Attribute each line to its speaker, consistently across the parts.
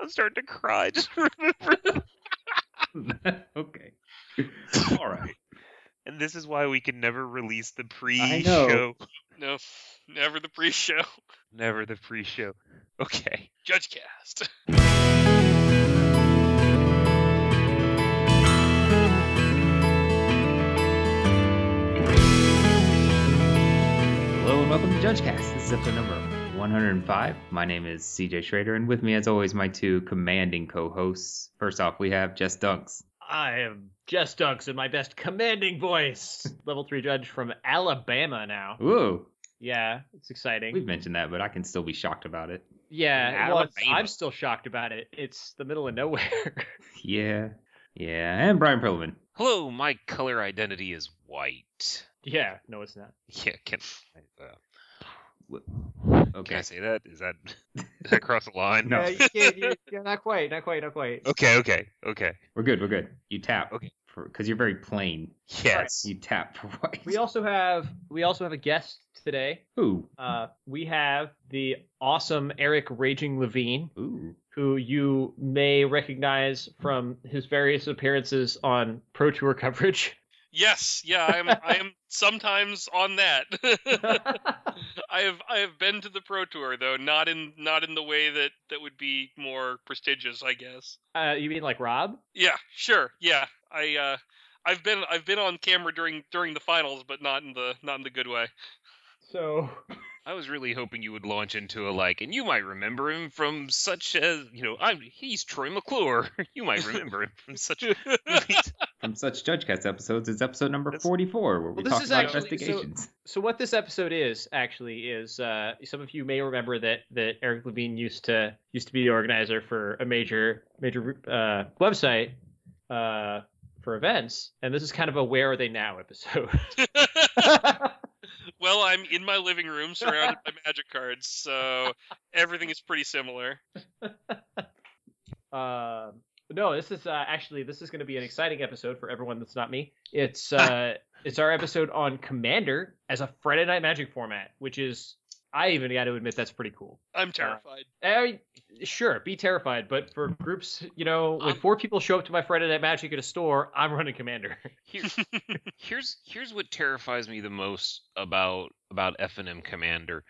Speaker 1: I'm starting to cry. Just remember.
Speaker 2: okay. All right.
Speaker 1: And this is why we can never release the
Speaker 2: I
Speaker 1: pre-show.
Speaker 2: know.
Speaker 3: No, never the pre-show.
Speaker 1: Never the pre-show. Okay.
Speaker 3: Judge cast.
Speaker 2: Hello and welcome to JudgeCast. This is episode number 105. My name is CJ Schrader, and with me, as always, my two commanding co-hosts. First off, we have Jess Dunks.
Speaker 4: I am Jess Dunks in my best commanding voice. Level three judge from Alabama now.
Speaker 2: Ooh,
Speaker 4: Yeah, it's exciting.
Speaker 2: we've mentioned that, but I can still be shocked about it.
Speaker 4: yeah, well, it's-
Speaker 1: Alabama.
Speaker 4: I'm still shocked about it. It's the middle of nowhere.
Speaker 2: Yeah, yeah. And Brian Perlman.
Speaker 1: Hello, my color identity is white.
Speaker 4: yeah, no, it's not.
Speaker 1: Yeah, can, uh, can I
Speaker 2: Okay.
Speaker 1: say that? Is that did I cross a line?
Speaker 2: No.
Speaker 4: Yeah, you can't- you- yeah, not quite, not quite, not quite.
Speaker 1: Okay, okay, okay.
Speaker 2: We're good. We're good. You tap.
Speaker 1: Okay.
Speaker 2: Because you're very plain.
Speaker 1: Yes.
Speaker 2: You tap for white.
Speaker 4: We also have we also have a guest today.
Speaker 2: Ooh.
Speaker 4: Uh, we have the awesome Eric Raging Levine.
Speaker 2: Ooh.
Speaker 4: who you may recognize from his various appearances on Pro Tour coverage.
Speaker 3: Yes, yeah, I am. I am sometimes on that.
Speaker 4: Uh,
Speaker 3: I have I have been to the pro tour though, not in not in the way that that would be more prestigious, I guess.
Speaker 4: uh, you mean like Rob?
Speaker 3: Yeah, sure, yeah. I uh, I've been I've been on camera during during the finals, but not in the not in the good way.
Speaker 4: So
Speaker 1: I was really hoping you would launch into a like, and you might remember him from such as you know, I'm he's Troy McClure. You might remember him from such movies.
Speaker 2: From such JudgeCast episodes, it's episode number
Speaker 1: This-
Speaker 2: 44, where we
Speaker 4: Well, this
Speaker 2: talk
Speaker 4: is
Speaker 2: about
Speaker 4: actually- so-
Speaker 2: investigations.
Speaker 4: so what this episode is actually is uh, some of you may remember that that Eric Levine used to used to be the organizer for a major major uh, website uh, for events, and this is kind of a where are they now episode.
Speaker 3: well, I'm in my living room surrounded by magic cards, so everything is pretty similar.
Speaker 4: Um, no, this is uh, actually this is going to be an exciting episode for everyone that's not me. It's uh, it's our episode on Commander as a Friday Night Magic format, which is I even got to admit that's pretty cool.
Speaker 3: I'm terrified.
Speaker 4: I mean, sure, be terrified, but for groups, you know, when
Speaker 3: Um,
Speaker 4: four people show up to my Friday Night Magic at a store, I'm running Commander.
Speaker 1: Here, here's here's what terrifies me the most about about F and M Commander.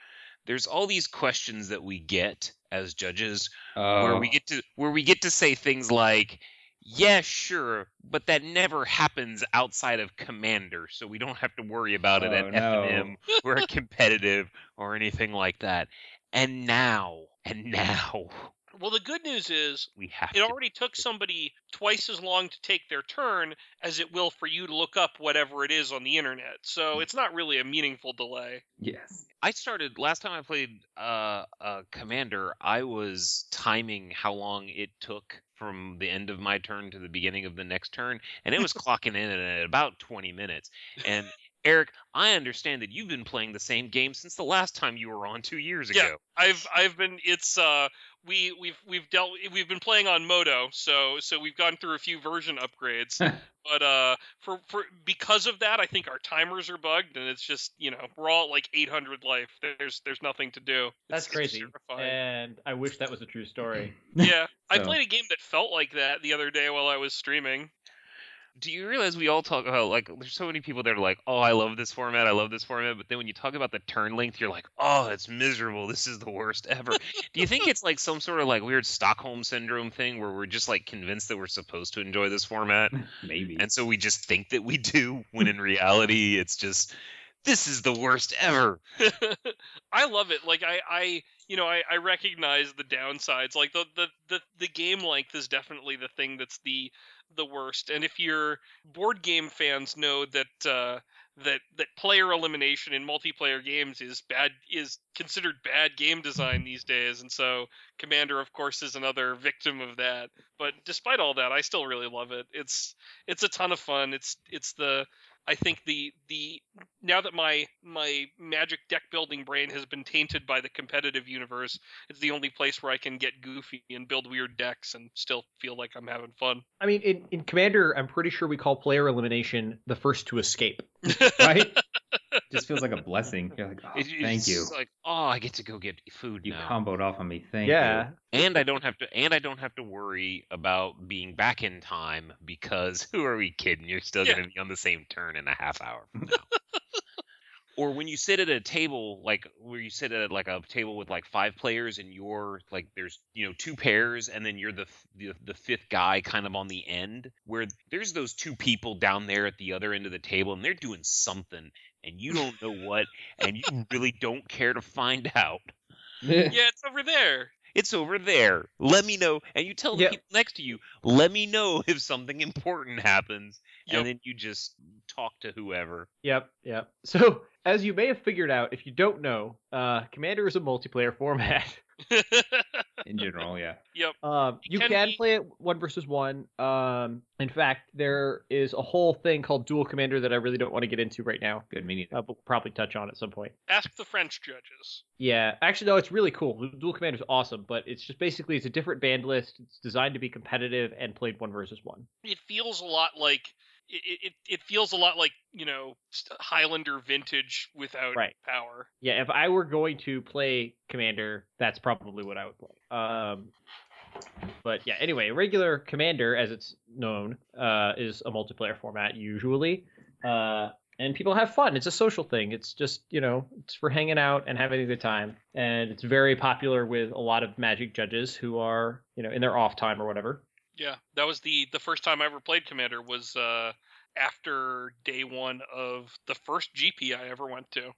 Speaker 1: There's all these questions that we get as judges
Speaker 2: Oh,
Speaker 1: where
Speaker 2: Uh-huh.
Speaker 1: we get to where we get to say things like yeah sure but that never happens outside of commander so we don't have to worry about it
Speaker 2: Oh,
Speaker 1: at
Speaker 2: no.
Speaker 1: f&m or at competitive or anything like that and now and now
Speaker 3: Well, the good news is
Speaker 1: we have
Speaker 3: it
Speaker 1: to
Speaker 3: already took somebody twice as long to take their turn as it will for you to look up whatever it is on the internet. So
Speaker 4: Mm.
Speaker 3: it's not really a meaningful delay.
Speaker 2: Yes.
Speaker 1: I started last time I played uh, uh, Commander. I was timing how long it took from the end of my turn to the beginning of the next turn, and it was clocking in at about 20 minutes. And Eric, I understand that you've been playing the same game since the last time you were on two years
Speaker 3: Yeah.
Speaker 1: ago.
Speaker 3: I've I've been it's uh we we've we've dealt we've been playing on Modo, so so we've gone through a few version upgrades. but uh for for because of that, I think our timers are bugged and it's just, you know, we're all at like 800 life. There's there's nothing to do. It's-
Speaker 4: That's
Speaker 3: it's
Speaker 4: crazy, Eh.
Speaker 3: terrifying.
Speaker 4: and I wish that was a true story.
Speaker 3: yeah. I
Speaker 2: So-
Speaker 3: played a game that felt like that the other day while I was streaming.
Speaker 1: Do you realize we all talk about like there's so many people that are like, oh, I love this format, I love this format, but then when you talk about the turn length, you're like, oh, it's miserable. This is the worst ever. Do you think it's like some sort of like weird Stockholm syndrome thing where we're just like convinced that we're supposed to enjoy this format,
Speaker 2: Maybe.
Speaker 1: and so we just think that we do, when in reality, it's just this is the worst ever.
Speaker 3: I love it. Like I, I you know, I, I recognize the downsides. Like the, the the the game length is definitely the thing that's the the worst. And if you're board game fans know that uh that that player elimination in multiplayer games is bad is considered bad game design these days and so commander of course is another victim of that but despite all that I still really love it it's it's a ton of fun it's it's the I think the the now that my my magic deck building brain has been tainted by the competitive universe, it's the only place where I can get goofy and build weird decks and still feel like I'm having fun.
Speaker 4: I mean, in, in Commander, I'm pretty sure we call player elimination the first to escape.
Speaker 2: right? just feels like a blessing. You're like, oh,
Speaker 1: It- it's
Speaker 2: thank you.
Speaker 1: just Like, oh, I get to go get food
Speaker 2: You
Speaker 1: now,
Speaker 2: comboed off on me. Thank
Speaker 4: yeah.
Speaker 2: you.
Speaker 1: and I don't have to, and I don't have to worry about being back in time because who are we kidding? You're still
Speaker 3: Yeah.
Speaker 1: going to be on the same turn in a half hour from now. or when you sit at a table like where you sit at like a table with like five players and you're like there's you know two pairs and then you're the f- the, the fifth guy kind of on the end where there's those two people down there at the other end of the table and they're doing something and you don't know what and you really don't care to find out
Speaker 3: Yeah, it's over there.
Speaker 1: it's over there. Let me know. And you tell the
Speaker 4: Yep.
Speaker 1: people next to you, let me know if something important happens.
Speaker 3: Yep.
Speaker 1: And then you just talk to whoever.
Speaker 4: Yep, yep. So, as you may have figured out, if you don't know, uh, Commander is a multiplayer format.
Speaker 2: In general, yeah.
Speaker 4: Um, you
Speaker 3: can
Speaker 4: can,
Speaker 3: be-
Speaker 4: play it one versus one. Um, in fact, there is a whole thing called Dual Commander that I really don't want to get into right now,
Speaker 2: Good meaning.
Speaker 4: uh, but we'll probably touch on at some point.
Speaker 3: Ask the French judges.
Speaker 4: Yeah, actually, no, it's really cool. Dual Commander is awesome, but it's just basically it's a different band list. It's designed to be competitive and played one versus one.
Speaker 3: It feels a lot like it. It, it feels a lot like you know st- Highlander vintage without
Speaker 4: Right.
Speaker 3: power.
Speaker 4: Yeah, if I were going to play Commander, that's probably what I would play. Um, but yeah, anyway, regular Commander, as it's known, uh, is a multiplayer format usually, uh, and people have fun. It's a social thing. It's just you know, it's for hanging out and having a good time, and it's very popular with a lot of Magic judges who are you know in their off time or whatever.
Speaker 3: Yeah, that was the the first time I ever played Commander was uh after day one of the first GP I ever went to.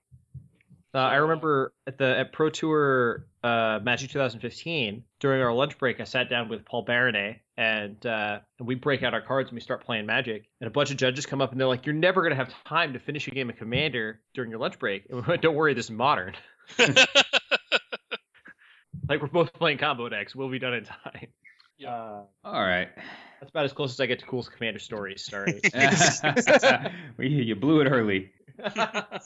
Speaker 4: Uh, I remember at the at Pro Tour uh, Magic 2015 during our lunch break, I sat down with Paul Baronet and uh, and we break out our cards and we start playing Magic. And a bunch of judges come up and they're like, "You're never gonna have time to finish a game of Commander during your lunch break." And we went, "Don't worry, this is modern. Like we're both playing combo decks. We'll be done in time."
Speaker 3: Yeah.
Speaker 4: Uh,
Speaker 2: All right.
Speaker 4: that's about as close as I get to coolest Commander stories. Sorry.
Speaker 2: we, you blew it early.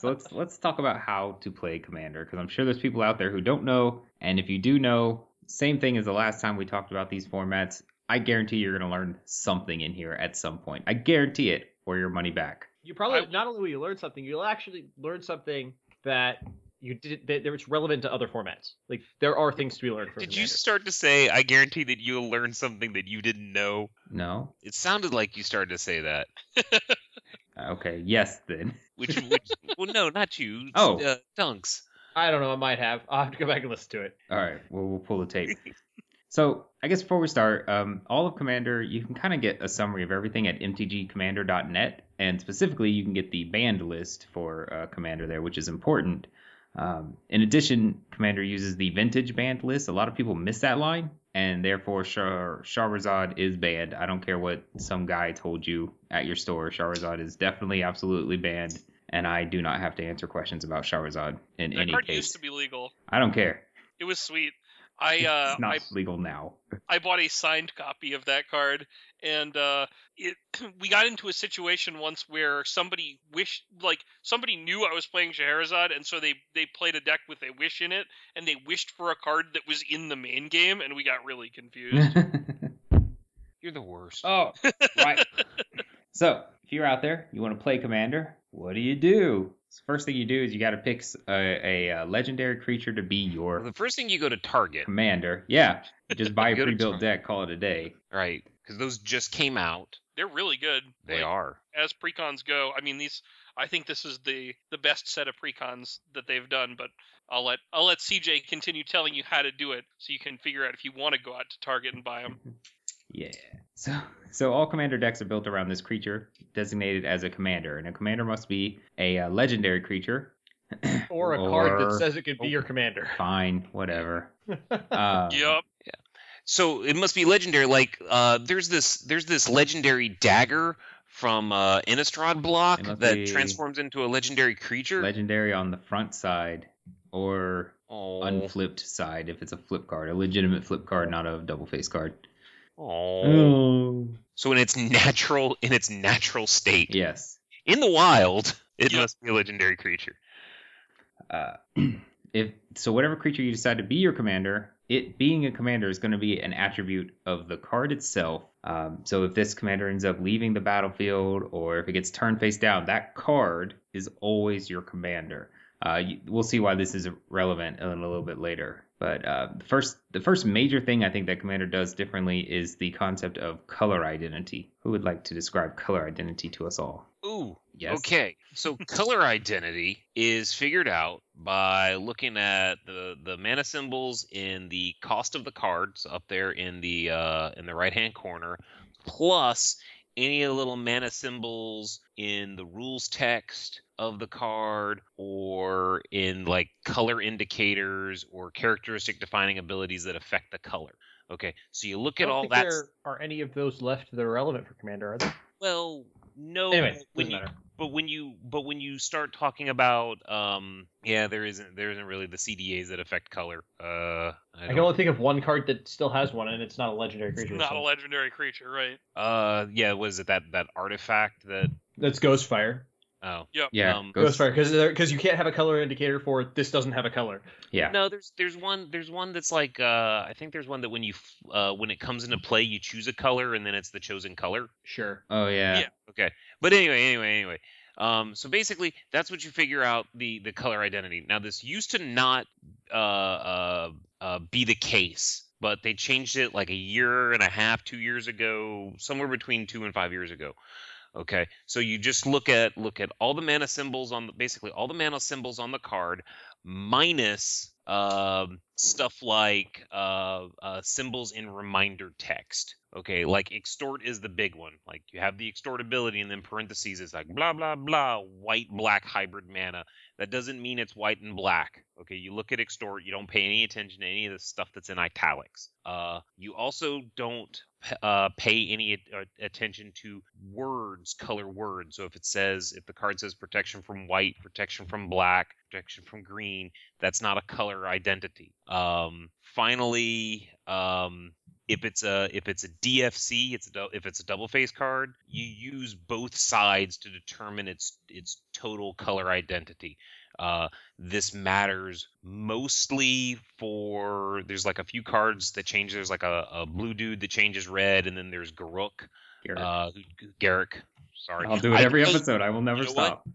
Speaker 2: So let's let's talk about how to play Commander because I'm sure there's people out there who don't know, and if you do know, same thing as the last time we talked about these formats. I guarantee you're going to learn something in here at some point. I guarantee it, or your money back.
Speaker 4: You probably
Speaker 3: I-
Speaker 4: not only will you learn something, you'll actually learn something that you did that, that it's relevant to other formats. Like there are things to be learned from.
Speaker 1: Did you
Speaker 4: Commander.
Speaker 1: start to say, I guarantee that you'll learn something that you didn't know?
Speaker 2: No?
Speaker 1: It sounded like you started to say that.
Speaker 2: Okay. Yes, then.
Speaker 1: Which, which well, no, not you.
Speaker 2: Oh.
Speaker 1: Uh, Dunks.
Speaker 4: I don't know. I might have. I'll have to go back and listen to it.
Speaker 2: All right, well, we'll pull the tape. So I guess before we start, um, all of Commander, you can kind of get a summary of everything at mtgcommander.net, and specifically, you can get the banned list for uh, Commander there, which is important. Um, in addition, Commander uses the vintage banned list. A lot of people miss that line, and therefore, Shah Shahrazad is banned. I don't care what some guy told you at your store. Shahrazad is definitely, absolutely banned, and I do not have to answer questions about Shahrazad in
Speaker 3: that
Speaker 2: any
Speaker 3: card
Speaker 2: case.
Speaker 3: used to be legal.
Speaker 2: I don't care.
Speaker 3: It was sweet. I uh
Speaker 2: it's not
Speaker 3: I
Speaker 2: legal now.
Speaker 3: I bought a signed copy of that card, and uh, it we got into a situation once where somebody wished, like somebody knew I was playing Scheherazade, and so they they played a deck with a wish in it, and they wished for a card that was in the main game, and we got really confused.
Speaker 1: You're the worst.
Speaker 2: oh, right. So, if you're out there, you want to play Commander, what do you do? So first thing you do is you got to pick s- a, a, uh, legendary creature to be
Speaker 1: Well,
Speaker 2: your
Speaker 1: the first thing you go to Target,
Speaker 2: Mm. commander. Yeah, you just buy a
Speaker 1: Go to
Speaker 2: pre-built
Speaker 1: Target.
Speaker 2: deck, call it a day.
Speaker 1: right? Because those just came out.
Speaker 3: They're really good.
Speaker 1: They
Speaker 3: Like,
Speaker 1: are.
Speaker 3: as precons go. I mean, these I think this is the the best set of precons that they've done. But I'll let I'll let CJ continue telling you how to do it, so you can figure out if you want to go out to Target and buy them.
Speaker 2: Yeah. So so all commander decks are built around this creature designated as a commander, and a commander must be a, uh legendary creature.
Speaker 4: Or Oh. a card that
Speaker 2: Or-
Speaker 4: says it could be your commander.
Speaker 2: Fine, whatever. Um,
Speaker 3: Yep.
Speaker 1: So it must be legendary. Like uh, there's this there's this legendary dagger from uh, Innistrad block
Speaker 2: It must
Speaker 1: that
Speaker 2: be-
Speaker 1: transforms into a legendary creature.
Speaker 2: Legendary on the front side, or
Speaker 1: oh,
Speaker 2: unflipped side if it's a flip card, a legitimate flip card, not a double face card.
Speaker 1: oh. So in its natural in its natural state,
Speaker 2: Yes.
Speaker 1: in the wild, it
Speaker 3: Yep.
Speaker 1: must be a legendary creature.
Speaker 2: Uh, if so, whatever creature you decide to be your commander, it being a commander is going to be an attribute of the card itself. Um, so if this commander ends up leaving the battlefield or if it gets turned face down, that card is always your commander. Uh, you, we'll see why this is relevant in a little bit later. But uh, the first, the first major thing I think that Commander does differently is the concept of color identity. Who would like to describe color identity to us all?
Speaker 1: Ooh.
Speaker 2: Yes.
Speaker 1: Okay. So color identity is figured out by looking at the the mana symbols in the cost of the cards up there in the uh, in the right hand corner, plus any of the little mana symbols in the rules text of the card or in like color indicators or characteristic defining abilities that affect the color. Okay. So you look
Speaker 4: I
Speaker 1: at
Speaker 4: don't
Speaker 1: all
Speaker 4: think
Speaker 1: that
Speaker 4: There are any of those left that are relevant for Commander? Are there?
Speaker 1: Oh, well, no
Speaker 4: Anyway,
Speaker 1: but when
Speaker 4: doesn't
Speaker 1: you
Speaker 4: matter.
Speaker 1: but when you but when you start talking about um yeah there isn't there isn't really the cdas that affect color uh
Speaker 4: I
Speaker 1: i
Speaker 4: can
Speaker 1: don't
Speaker 4: only think of one card that still has one, and it's not a legendary
Speaker 3: It's
Speaker 4: creature.
Speaker 3: not
Speaker 4: so-
Speaker 3: a legendary creature, right?
Speaker 1: uh yeah was it that that artifact that
Speaker 4: That's Ghostfire.
Speaker 1: oh
Speaker 2: Yeah.
Speaker 1: Um,
Speaker 2: Ghost-
Speaker 4: Ghostfire, because because you can't have a color indicator for this doesn't have a color.
Speaker 2: yeah.
Speaker 1: no there's there's one there's one that's like uh i think there's one that when you f- uh when it comes into play you choose a color and then it's the chosen color
Speaker 4: Sure.
Speaker 2: Oh yeah.
Speaker 3: Yeah.
Speaker 1: okay but anyway anyway anyway um, so basically that's what you figure out the the color identity now this used to not uh, uh, uh, be the case but they changed it like a year and a half two years ago somewhere between two and five years ago okay so you just look at look at all the mana symbols on the, basically all the mana symbols on the card minus um, stuff like uh, uh, symbols in reminder text. Okay, like extort is the big one. Like you have the extort ability, and then parentheses is like blah blah blah white black hybrid mana. That doesn't mean it's white and black. Okay, you look at extort, you don't pay any attention to any of the stuff that's in italics. Uh, you also don't p- uh, pay any at- uh, attention to words, color words. So if it says, if the card says protection from white, protection from black, protection from green, that's not a color identity. Um, finally, um, if it's a if it's a DFC, it's a, dou- if it's a double face card, you use both sides to determine its its total color identity. Uh, this matters mostly for there's like a few cards that change. There's like a, a blue dude that changes red, and then there's Garuk,
Speaker 2: Garrett.
Speaker 1: uh, Garrick. Sorry,
Speaker 2: I'll do it
Speaker 1: I-
Speaker 2: every
Speaker 1: those-
Speaker 2: episode. I will never
Speaker 1: you know what?
Speaker 2: stop.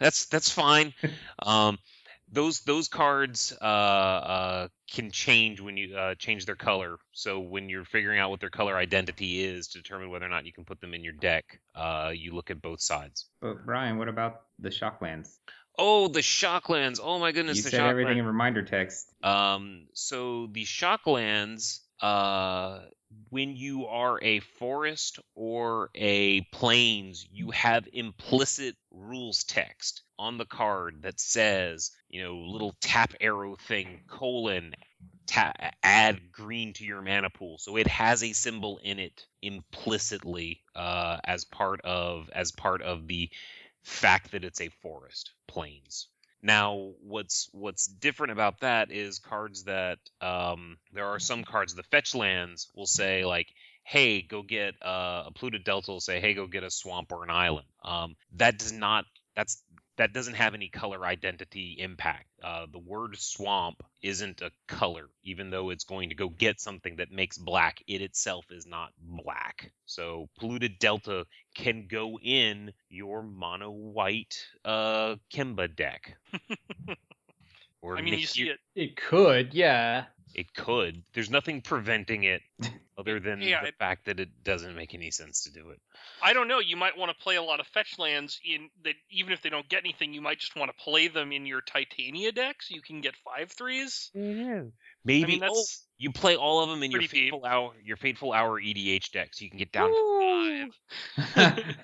Speaker 1: that's that's fine. um, those those cards uh, uh, can change when you uh, change their color. So when you're figuring out what their color identity is to determine whether or not you can put them in your deck, uh, you look at both sides.
Speaker 2: But Brian, what about the Shocklands?
Speaker 1: Oh, the shocklands! Oh my goodness,
Speaker 2: you
Speaker 1: the
Speaker 2: said
Speaker 1: shocklands.
Speaker 2: everything in reminder text.
Speaker 1: Um, so the shocklands, uh, when you are a forest or a plains, you have implicit rules text on the card that says, you know, little tap arrow thing colon ta- add green to your mana pool. So it has a symbol in it implicitly uh, as part of as part of the fact that it's a forest plains. Now, what's what's different about that is cards that um, there are some cards. The fetch lands will say like, "Hey, go get uh, a Pluto Delta." Will say, "Hey, go get a swamp or an island." Um, that does not. That's that doesn't have any color identity impact. Uh, the word swamp isn't a color, even though it's going to go get something that makes black. It itself is not black. So polluted delta can go in your mono white uh, Kimba deck. or
Speaker 3: I mean, you see
Speaker 1: Nahir-
Speaker 3: it.
Speaker 4: It could, yeah.
Speaker 1: it could. There's nothing preventing it other than
Speaker 3: Yeah,
Speaker 1: the
Speaker 3: it-
Speaker 1: fact that it doesn't make any sense to do it.
Speaker 3: I don't know. You might want to play a lot of fetch lands in that. Even if they don't get anything, you might just want to play them in your Titania deck, so you can get five threes.
Speaker 1: Maybe
Speaker 3: I mean,
Speaker 1: oh,
Speaker 3: that's
Speaker 1: you play all of them in your
Speaker 3: pretty deep.
Speaker 1: fateful hour, your fateful hour E EDH deck, so you can get down. to
Speaker 3: Ooh.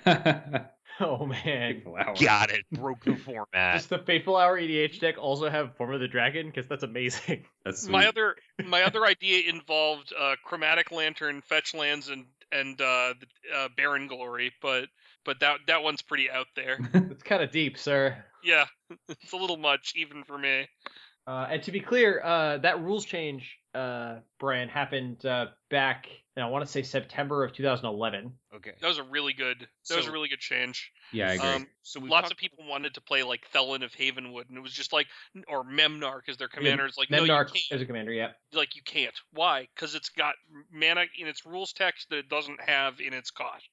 Speaker 4: Oh man.
Speaker 2: Flower.
Speaker 1: Got it. Broke the format.
Speaker 4: Does the Fateful Hour EDH deck also have Form of the Dragon? Because that's amazing.
Speaker 2: That's sweet.
Speaker 3: my other my other idea involved uh, chromatic lantern, fetch lands, and and uh, the- uh, Baron Glory, but but that that one's pretty out there.
Speaker 4: It's kind of deep, sir.
Speaker 3: Yeah, it's a little much even for me.
Speaker 4: Uh, and to be clear, uh, that rules change uh, Brian, happened uh, back, and I want to say September of 2011.
Speaker 1: Okay.
Speaker 3: That was a really good. That was a
Speaker 1: So-
Speaker 3: really good change.
Speaker 2: Yeah, I agree.
Speaker 3: Um,
Speaker 1: so we
Speaker 3: Lots
Speaker 1: talked,
Speaker 3: of people wanted to play like Felon of Havenwood, and it was just like, or Memnarch as their commander. It's like, no, you
Speaker 4: Memnarch
Speaker 3: can't.
Speaker 4: as a commander, yeah.
Speaker 3: Like, you can't. Why? Because it's got mana in its rules text that it doesn't have in its cost.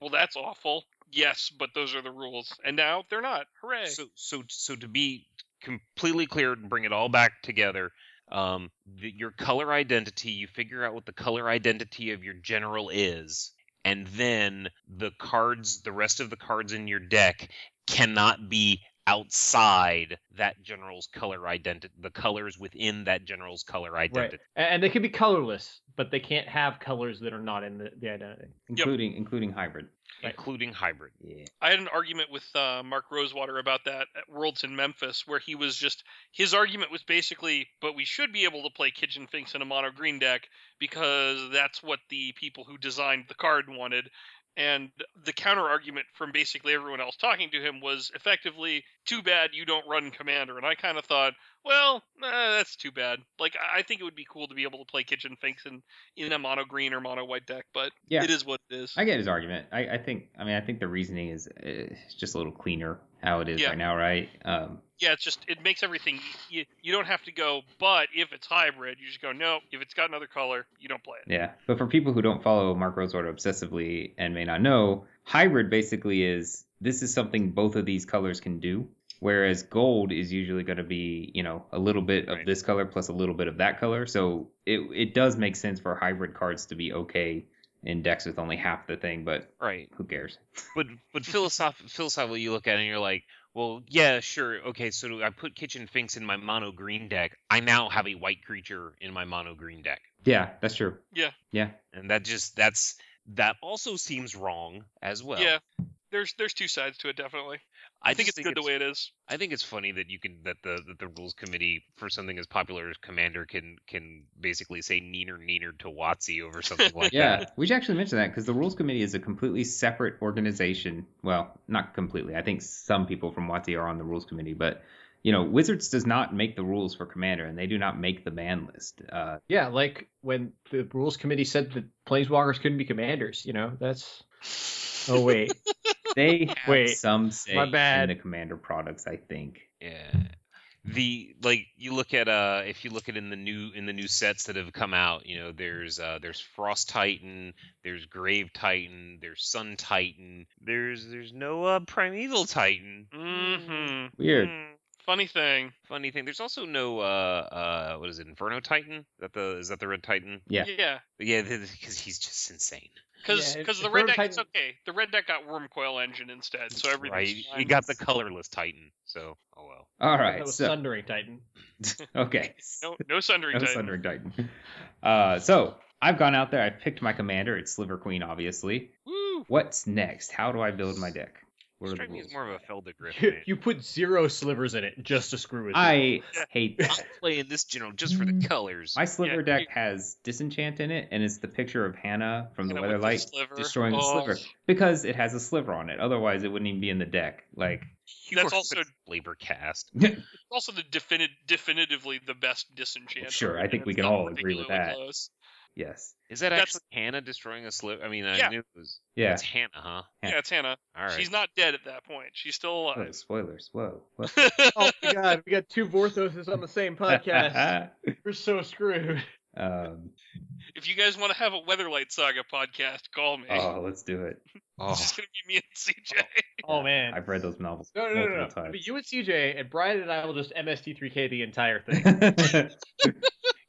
Speaker 3: Well, that's awful. Yes, but those are the rules, and now they're not. Hooray!
Speaker 1: so so so to be completely clear and bring it all back together um the, your color identity you figure out what the color identity of your general is and then the cards the rest of the cards in your deck cannot be outside that general's color identity the colors within that general's color identity
Speaker 4: Right. A- And they can be colorless, but they can't have colors that are not in the, the identity.
Speaker 2: including including hybrid.
Speaker 4: Right.
Speaker 1: including hybrid
Speaker 2: Yeah.
Speaker 3: I had an argument with uh, Mark Rosewater about that at Worlds in Memphis, where he was just his argument was basically, but we should be able to play Kitchen Finks in a mono green deck because that's what the people who designed the card wanted. And the counter argument from basically everyone else talking to him was effectively, too bad you don't run Commander. And I kind of thought, well, nah, that's too bad. Like I I think it would be cool to be able to play Kitchen Finks in, in a mono green or mono white deck, but
Speaker 2: Yeah.
Speaker 3: it is what it is.
Speaker 2: I get his argument. I, I think. I mean, I think the reasoning is uh, it's just a little cleaner how it is
Speaker 3: Yeah.
Speaker 2: right now, right? Um,
Speaker 3: Yeah, it's just it makes everything. e-, You, you don't have to go, but if it's hybrid, you just go no. If it's got another color, you don't play it.
Speaker 2: yeah. But for people who don't follow Mark Rosewater obsessively and may not know, hybrid basically is this is something both of these colors can do. Whereas gold is usually going to be, you know, a little bit of
Speaker 1: Right.
Speaker 2: this color plus a little bit of that color. So it it does make sense for hybrid cards to be okay in decks with only half the thing, but
Speaker 1: right
Speaker 2: who cares?
Speaker 1: but but philosoph- philosophically you look at it and you're like well yeah sure okay so do i put kitchen finks in my mono green deck i now have a white creature in my mono green deck
Speaker 2: Yeah, that's true.
Speaker 3: Yeah.
Speaker 2: Yeah.
Speaker 1: and that just that's that also seems wrong as well
Speaker 3: Yeah, there's there's two sides to it definitely.
Speaker 1: i,
Speaker 3: I think
Speaker 1: just
Speaker 3: it's good the way it is.
Speaker 1: i think it's funny that you can that the that the rules committee for something as popular as commander can can basically say neener neener to watsy over something like that
Speaker 2: yeah, we should actually mention that because the Rules Committee is a completely separate organization. Well, not completely. I think some people from WotC are on the Rules Committee, but you know, Wizards does not make the rules for Commander, and they do not make the ban list. Uh,
Speaker 4: Yeah, like when the rules committee said that planeswalkers couldn't be commanders, you know, that's. Oh, wait.
Speaker 2: they have
Speaker 4: Wait,
Speaker 2: some say
Speaker 4: my bad.
Speaker 2: in the Commander products, I think.
Speaker 1: Yeah. The like you look at uh if you look at in the new in the new sets that have come out, you know, there's uh there's Frost Titan, there's Grave Titan, there's Sun Titan, there's there's no uh Primeval Titan.
Speaker 4: Mm.
Speaker 3: Mm-hmm.
Speaker 2: Weird.
Speaker 4: Hmm.
Speaker 3: Funny thing.
Speaker 1: Funny thing, there's also no uh uh what is it, Inferno Titan? Is that the is that the Red Titan?
Speaker 2: Yeah.
Speaker 3: Yeah.
Speaker 1: Yeah, because he's just insane.
Speaker 3: Because
Speaker 4: Yeah, it-
Speaker 3: the
Speaker 4: the
Speaker 3: red deck
Speaker 4: prototype-
Speaker 3: it's okay. The red deck got Worm Coil Engine instead, so
Speaker 1: Right,
Speaker 3: everything's
Speaker 1: he
Speaker 3: fine.
Speaker 1: got the colorless Titan. So, oh well.
Speaker 2: All
Speaker 4: That
Speaker 2: right,
Speaker 4: was
Speaker 2: so
Speaker 4: Sundering Titan.
Speaker 2: okay,
Speaker 3: No, no Sundering
Speaker 2: That was
Speaker 3: Titan.
Speaker 2: Sundering Titan. Uh, so I've gone out there. I've picked my Commander. It's Sliver Queen, obviously.
Speaker 3: Woo!
Speaker 2: What's next? How do I build my deck? What are the
Speaker 1: Strike me as
Speaker 2: rules?
Speaker 1: more of a Feldegriff.
Speaker 4: You,
Speaker 1: man.
Speaker 4: you put zero slivers in it just to screw with you.
Speaker 2: I hate that.
Speaker 1: I'm playing this general just for the colors.
Speaker 2: My sliver
Speaker 3: Yeah,
Speaker 2: deck
Speaker 3: you-
Speaker 2: has disenchant in it, and it's the picture of Hannah from
Speaker 3: And
Speaker 2: the
Speaker 3: I went
Speaker 2: Weather
Speaker 3: to
Speaker 2: Light
Speaker 3: Sliver.
Speaker 2: destroying the
Speaker 3: Oh,
Speaker 2: sliver because it has a sliver on it. Otherwise, it wouldn't even be in the deck. Like,
Speaker 1: You
Speaker 3: That's
Speaker 1: are
Speaker 3: also-
Speaker 1: such a labor cast.
Speaker 3: Also, the definit- definitively the best disenchant.
Speaker 2: Sure, I think we
Speaker 3: It's
Speaker 2: can
Speaker 3: not
Speaker 2: all agree with
Speaker 3: particularly
Speaker 2: that.
Speaker 3: close.
Speaker 2: yes,
Speaker 1: Is that
Speaker 3: That's-
Speaker 1: actually Hannah destroying a slip? I mean, I
Speaker 3: Yeah.
Speaker 1: knew it was.
Speaker 2: yeah.
Speaker 1: It's Hannah, huh?
Speaker 2: Yeah.
Speaker 3: Yeah, it's Hannah.
Speaker 1: All right. Hmm.
Speaker 3: She's not dead at that point. She's still
Speaker 2: Whoa,
Speaker 3: alive.
Speaker 2: spoilers. Whoa. whoa.
Speaker 4: oh my god, we got two Vorthoses on the same podcast. We're so screwed.
Speaker 2: um,
Speaker 3: If you guys want to have a Weatherlight Saga podcast, call me.
Speaker 1: Uh,
Speaker 2: oh, let's do it.
Speaker 3: It's
Speaker 1: Oh,
Speaker 3: just gonna be me and CJ.
Speaker 4: Oh man.
Speaker 2: I've read those novels
Speaker 4: No, no, no,
Speaker 2: multiple
Speaker 4: no. no.
Speaker 2: times.
Speaker 4: But you and CJ and Brian and I will just MST3K the entire thing.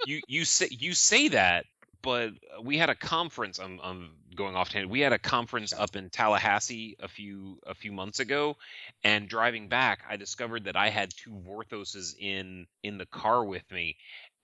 Speaker 1: you you say you say that, but uh, we had a conference. I'm I'm going off tangent. We had a conference up in Tallahassee a few a few months ago, and driving back, I discovered that I had two Vorthoses in in the car with me.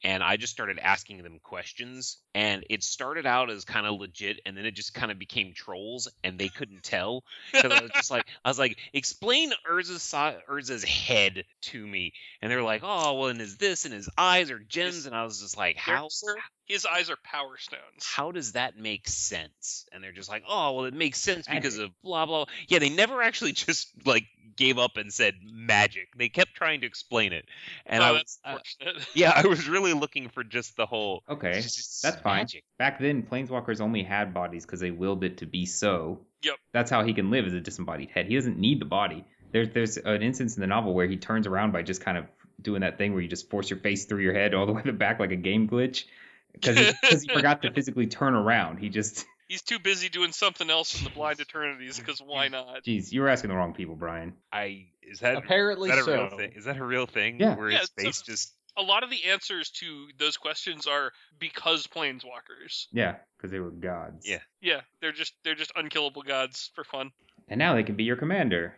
Speaker 1: And I just started asking them questions, and it started out as kind of legit, and then it just kind of became trolls, and they couldn't tell. because I was just like, I was like, explain Urza's si- Urza's head to me, and they're like, oh, well, and his this and his eyes are gems, and I was just like, how
Speaker 3: Sir, His eyes are power stones.
Speaker 1: how does that make sense? And they're just like, oh, well, it makes sense because of blah blah. Yeah, they never actually just like gave up and said magic. They kept trying to explain it, and
Speaker 3: oh,
Speaker 1: I was
Speaker 3: that's
Speaker 1: uh,
Speaker 3: unfortunate.
Speaker 1: yeah, I was really looking for just the whole.
Speaker 2: Okay.
Speaker 1: "It's just
Speaker 2: that's fine.
Speaker 1: magic."
Speaker 2: Back then, planeswalkers only had bodies because they willed it to be so.
Speaker 3: Yep.
Speaker 2: That's how he can live as a disembodied head. He doesn't need the body. There's there's an instance in the novel where he turns around by just kind of doing that thing where you just force your face through your head all the way to the back like a game glitch because he, forgot to physically turn around. He just
Speaker 3: He's too busy doing something else in the blind eternities because why not?
Speaker 2: geez, you were asking the wrong people, Brian.
Speaker 1: I is that
Speaker 4: Apparently
Speaker 1: is that a
Speaker 4: so.
Speaker 1: real thing? Is that a real thing?
Speaker 2: Yeah.
Speaker 1: Where
Speaker 3: Yeah,
Speaker 1: his
Speaker 3: it's a-
Speaker 1: face just
Speaker 3: A lot of the answers to those questions are because planeswalkers.
Speaker 2: Yeah, because they were gods.
Speaker 1: Yeah.
Speaker 3: Yeah, they're just they're just unkillable gods for fun.
Speaker 2: And now they can be your commander.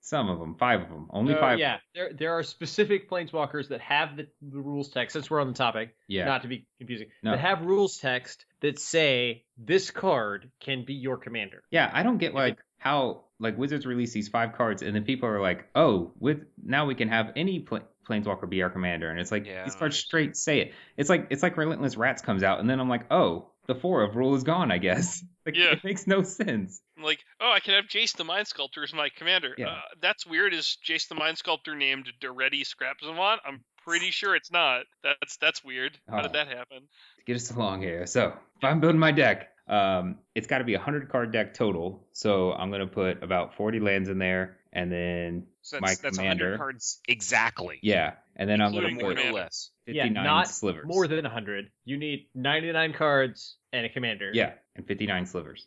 Speaker 2: Some of them, five of them, only
Speaker 4: Uh,
Speaker 2: five.
Speaker 4: Yeah, there there are specific planeswalkers that have the, the rules text. Since we're on the topic,
Speaker 2: Yeah.
Speaker 4: not to be confusing,
Speaker 2: No.
Speaker 4: that have rules text that say this card can be your commander.
Speaker 2: Yeah, I don't get like how like Wizards release these five cards and then people are like, "Oh, with now we can have any pla planeswalker be our commander." And it's like
Speaker 1: Yeah, I
Speaker 2: these
Speaker 1: don't
Speaker 2: cards straight say it. It's like it's like Relentless Rats comes out and then I'm like, "Oh, the four of rule is gone, I guess." Like
Speaker 3: Yeah.
Speaker 2: it makes no sense.
Speaker 3: I'm like, oh, I can have Jace the Mind Sculptor as my commander.
Speaker 2: Yeah.
Speaker 3: Uh, that's weird. Is Jace the Mind Sculptor named Doretti Scrapzamont? I'm pretty sure it's not. That's that's weird. How did
Speaker 2: Oh.
Speaker 3: that happen?
Speaker 2: To get us along here. So, if I'm building my deck, um it's got to be a 100 card deck total. So, I'm going to put about 40 lands in there and then
Speaker 1: so
Speaker 2: My
Speaker 1: that's, that's
Speaker 2: commander.
Speaker 1: 100 cards exactly.
Speaker 2: yeah, and then I'm going
Speaker 1: Including
Speaker 2: to
Speaker 1: more
Speaker 2: put
Speaker 1: or
Speaker 3: commander.
Speaker 1: less.
Speaker 2: 59
Speaker 4: yeah, not
Speaker 2: slivers.
Speaker 4: more than hundred. You need ninety nine cards and a commander.
Speaker 2: yeah, and 59 slivers.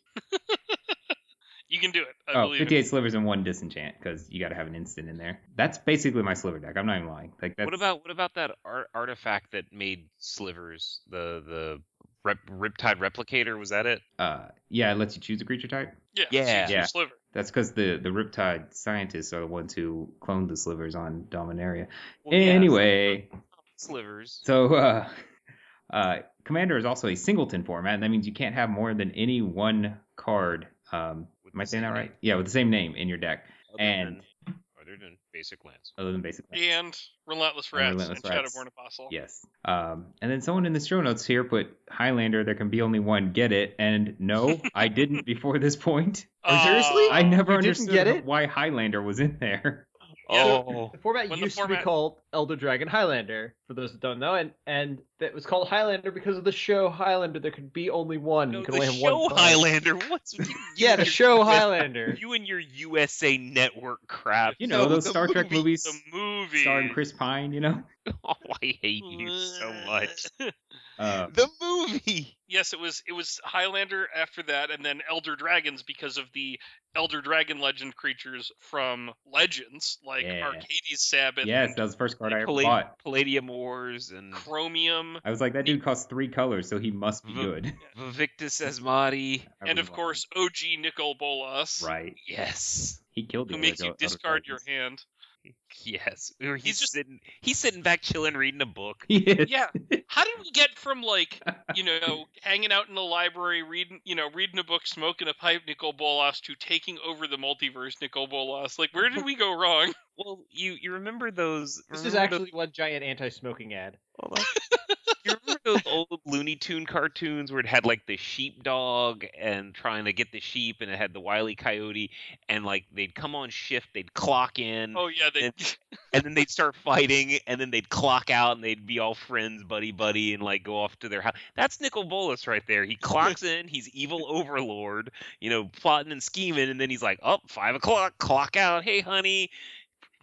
Speaker 3: You can do it. I
Speaker 2: Oh,
Speaker 3: believe
Speaker 2: 58 slivers and one disenchant because you got to have an instant in there. That's basically my sliver deck. I'm not even lying. Like that's,
Speaker 1: What about what about that art, artifact that made slivers the the rep, Riptide Replicator? Was that it?
Speaker 2: Uh, yeah, it lets you choose a creature type.
Speaker 3: it. Yeah.
Speaker 1: Yeah.
Speaker 3: it's your
Speaker 2: Yeah.
Speaker 3: Sliver.
Speaker 2: That's because the the Riptide scientists are the ones who cloned the slivers on Dominaria.
Speaker 1: Well, yeah,
Speaker 2: anyway,
Speaker 1: slivers.
Speaker 2: so uh, uh, Commander is also a singleton format, and that means you can't have more than any one card. Um,
Speaker 1: With
Speaker 2: am I
Speaker 1: the
Speaker 2: saying
Speaker 1: same
Speaker 2: that right?
Speaker 1: name.
Speaker 2: Yeah, with the same name in your deck,
Speaker 1: Other
Speaker 2: and
Speaker 1: than, other than basic lands.
Speaker 2: other than basic. lands.
Speaker 3: And Relentless
Speaker 2: And
Speaker 3: Rats and,
Speaker 2: Relentless Rats.
Speaker 3: Shadowborn Apostle.
Speaker 2: Yes. Um, and then someone in the show notes here put Highlander. There can be only one. Get it? And no, I didn't before this point.
Speaker 3: Uh,
Speaker 4: Oh, Seriously?
Speaker 2: I never
Speaker 4: You didn't
Speaker 2: understood
Speaker 4: get it?
Speaker 2: why Highlander was in there.
Speaker 3: Yeah.
Speaker 1: Oh,
Speaker 4: The format
Speaker 3: When the
Speaker 4: used to
Speaker 3: format-
Speaker 4: be called Elder Dragon Highlander, for those that don't know, and and that was called Highlander because of the show Highlander. There could be only one.
Speaker 1: no,
Speaker 4: you could
Speaker 1: the
Speaker 4: only have
Speaker 1: show
Speaker 4: one card.
Speaker 1: Highlander. What's with you,
Speaker 4: Yeah, the
Speaker 1: you-
Speaker 4: show Highlander.
Speaker 1: You and your USA Network crap.
Speaker 2: You know
Speaker 1: No,
Speaker 2: those
Speaker 1: the
Speaker 2: Star Trek
Speaker 1: movie-
Speaker 2: movies
Speaker 3: The movie.
Speaker 2: starring Chris Pine. You know.
Speaker 1: Oh, I hate you so much.
Speaker 2: Uh,
Speaker 1: The movie.
Speaker 3: yes, it was it was Highlander after that, and then Elder Dragons because of the Elder Dragon legend creatures from Legends, like
Speaker 2: Yeah.
Speaker 3: Arcades Sabbath,
Speaker 2: yes,
Speaker 3: and
Speaker 2: that was the first card I ever
Speaker 1: Pallad-
Speaker 2: bought.
Speaker 1: Palladium Wars and
Speaker 3: Chromium,
Speaker 2: I was like, that dude costs three colors, so he must be
Speaker 1: The-
Speaker 2: good.
Speaker 1: Vivictus Asmodi.
Speaker 2: I was
Speaker 3: and of
Speaker 2: wrong.
Speaker 3: course OG Nicol Bolas,
Speaker 2: right?
Speaker 1: Yes.
Speaker 2: He killed the
Speaker 3: who
Speaker 2: other
Speaker 3: makes you
Speaker 2: go- other
Speaker 3: discard your
Speaker 2: dragons.
Speaker 3: hand.
Speaker 1: Yes. Or he's,
Speaker 3: He's just-
Speaker 1: sitting he's sitting back chilling reading a book.
Speaker 2: Yes.
Speaker 3: Yeah. How did we get from like you know hanging out in the library, reading you know reading a book, smoking a pipe, Nicol Bolas, to taking over the multiverse, Nicol Bolas? Like where did we go wrong?
Speaker 1: Well, you you remember those
Speaker 4: This is
Speaker 1: remember those-
Speaker 4: actually one giant anti-smoking ad.
Speaker 1: hold on. you remember those old Looney Tune cartoons where it had like the sheepdog and trying to get the sheep and it had the wily coyote and like they'd come on shift, they'd clock in
Speaker 3: Oh yeah, they.
Speaker 1: And- and then they'd start fighting, and then they'd clock out, and they'd be all friends, buddy buddy, and like go off to their house. That's Nicol Bolas right there. He clocks in. He's evil overlord, you know, plotting and scheming, and then he's like, up oh, five o'clock, clock out. Hey, honey.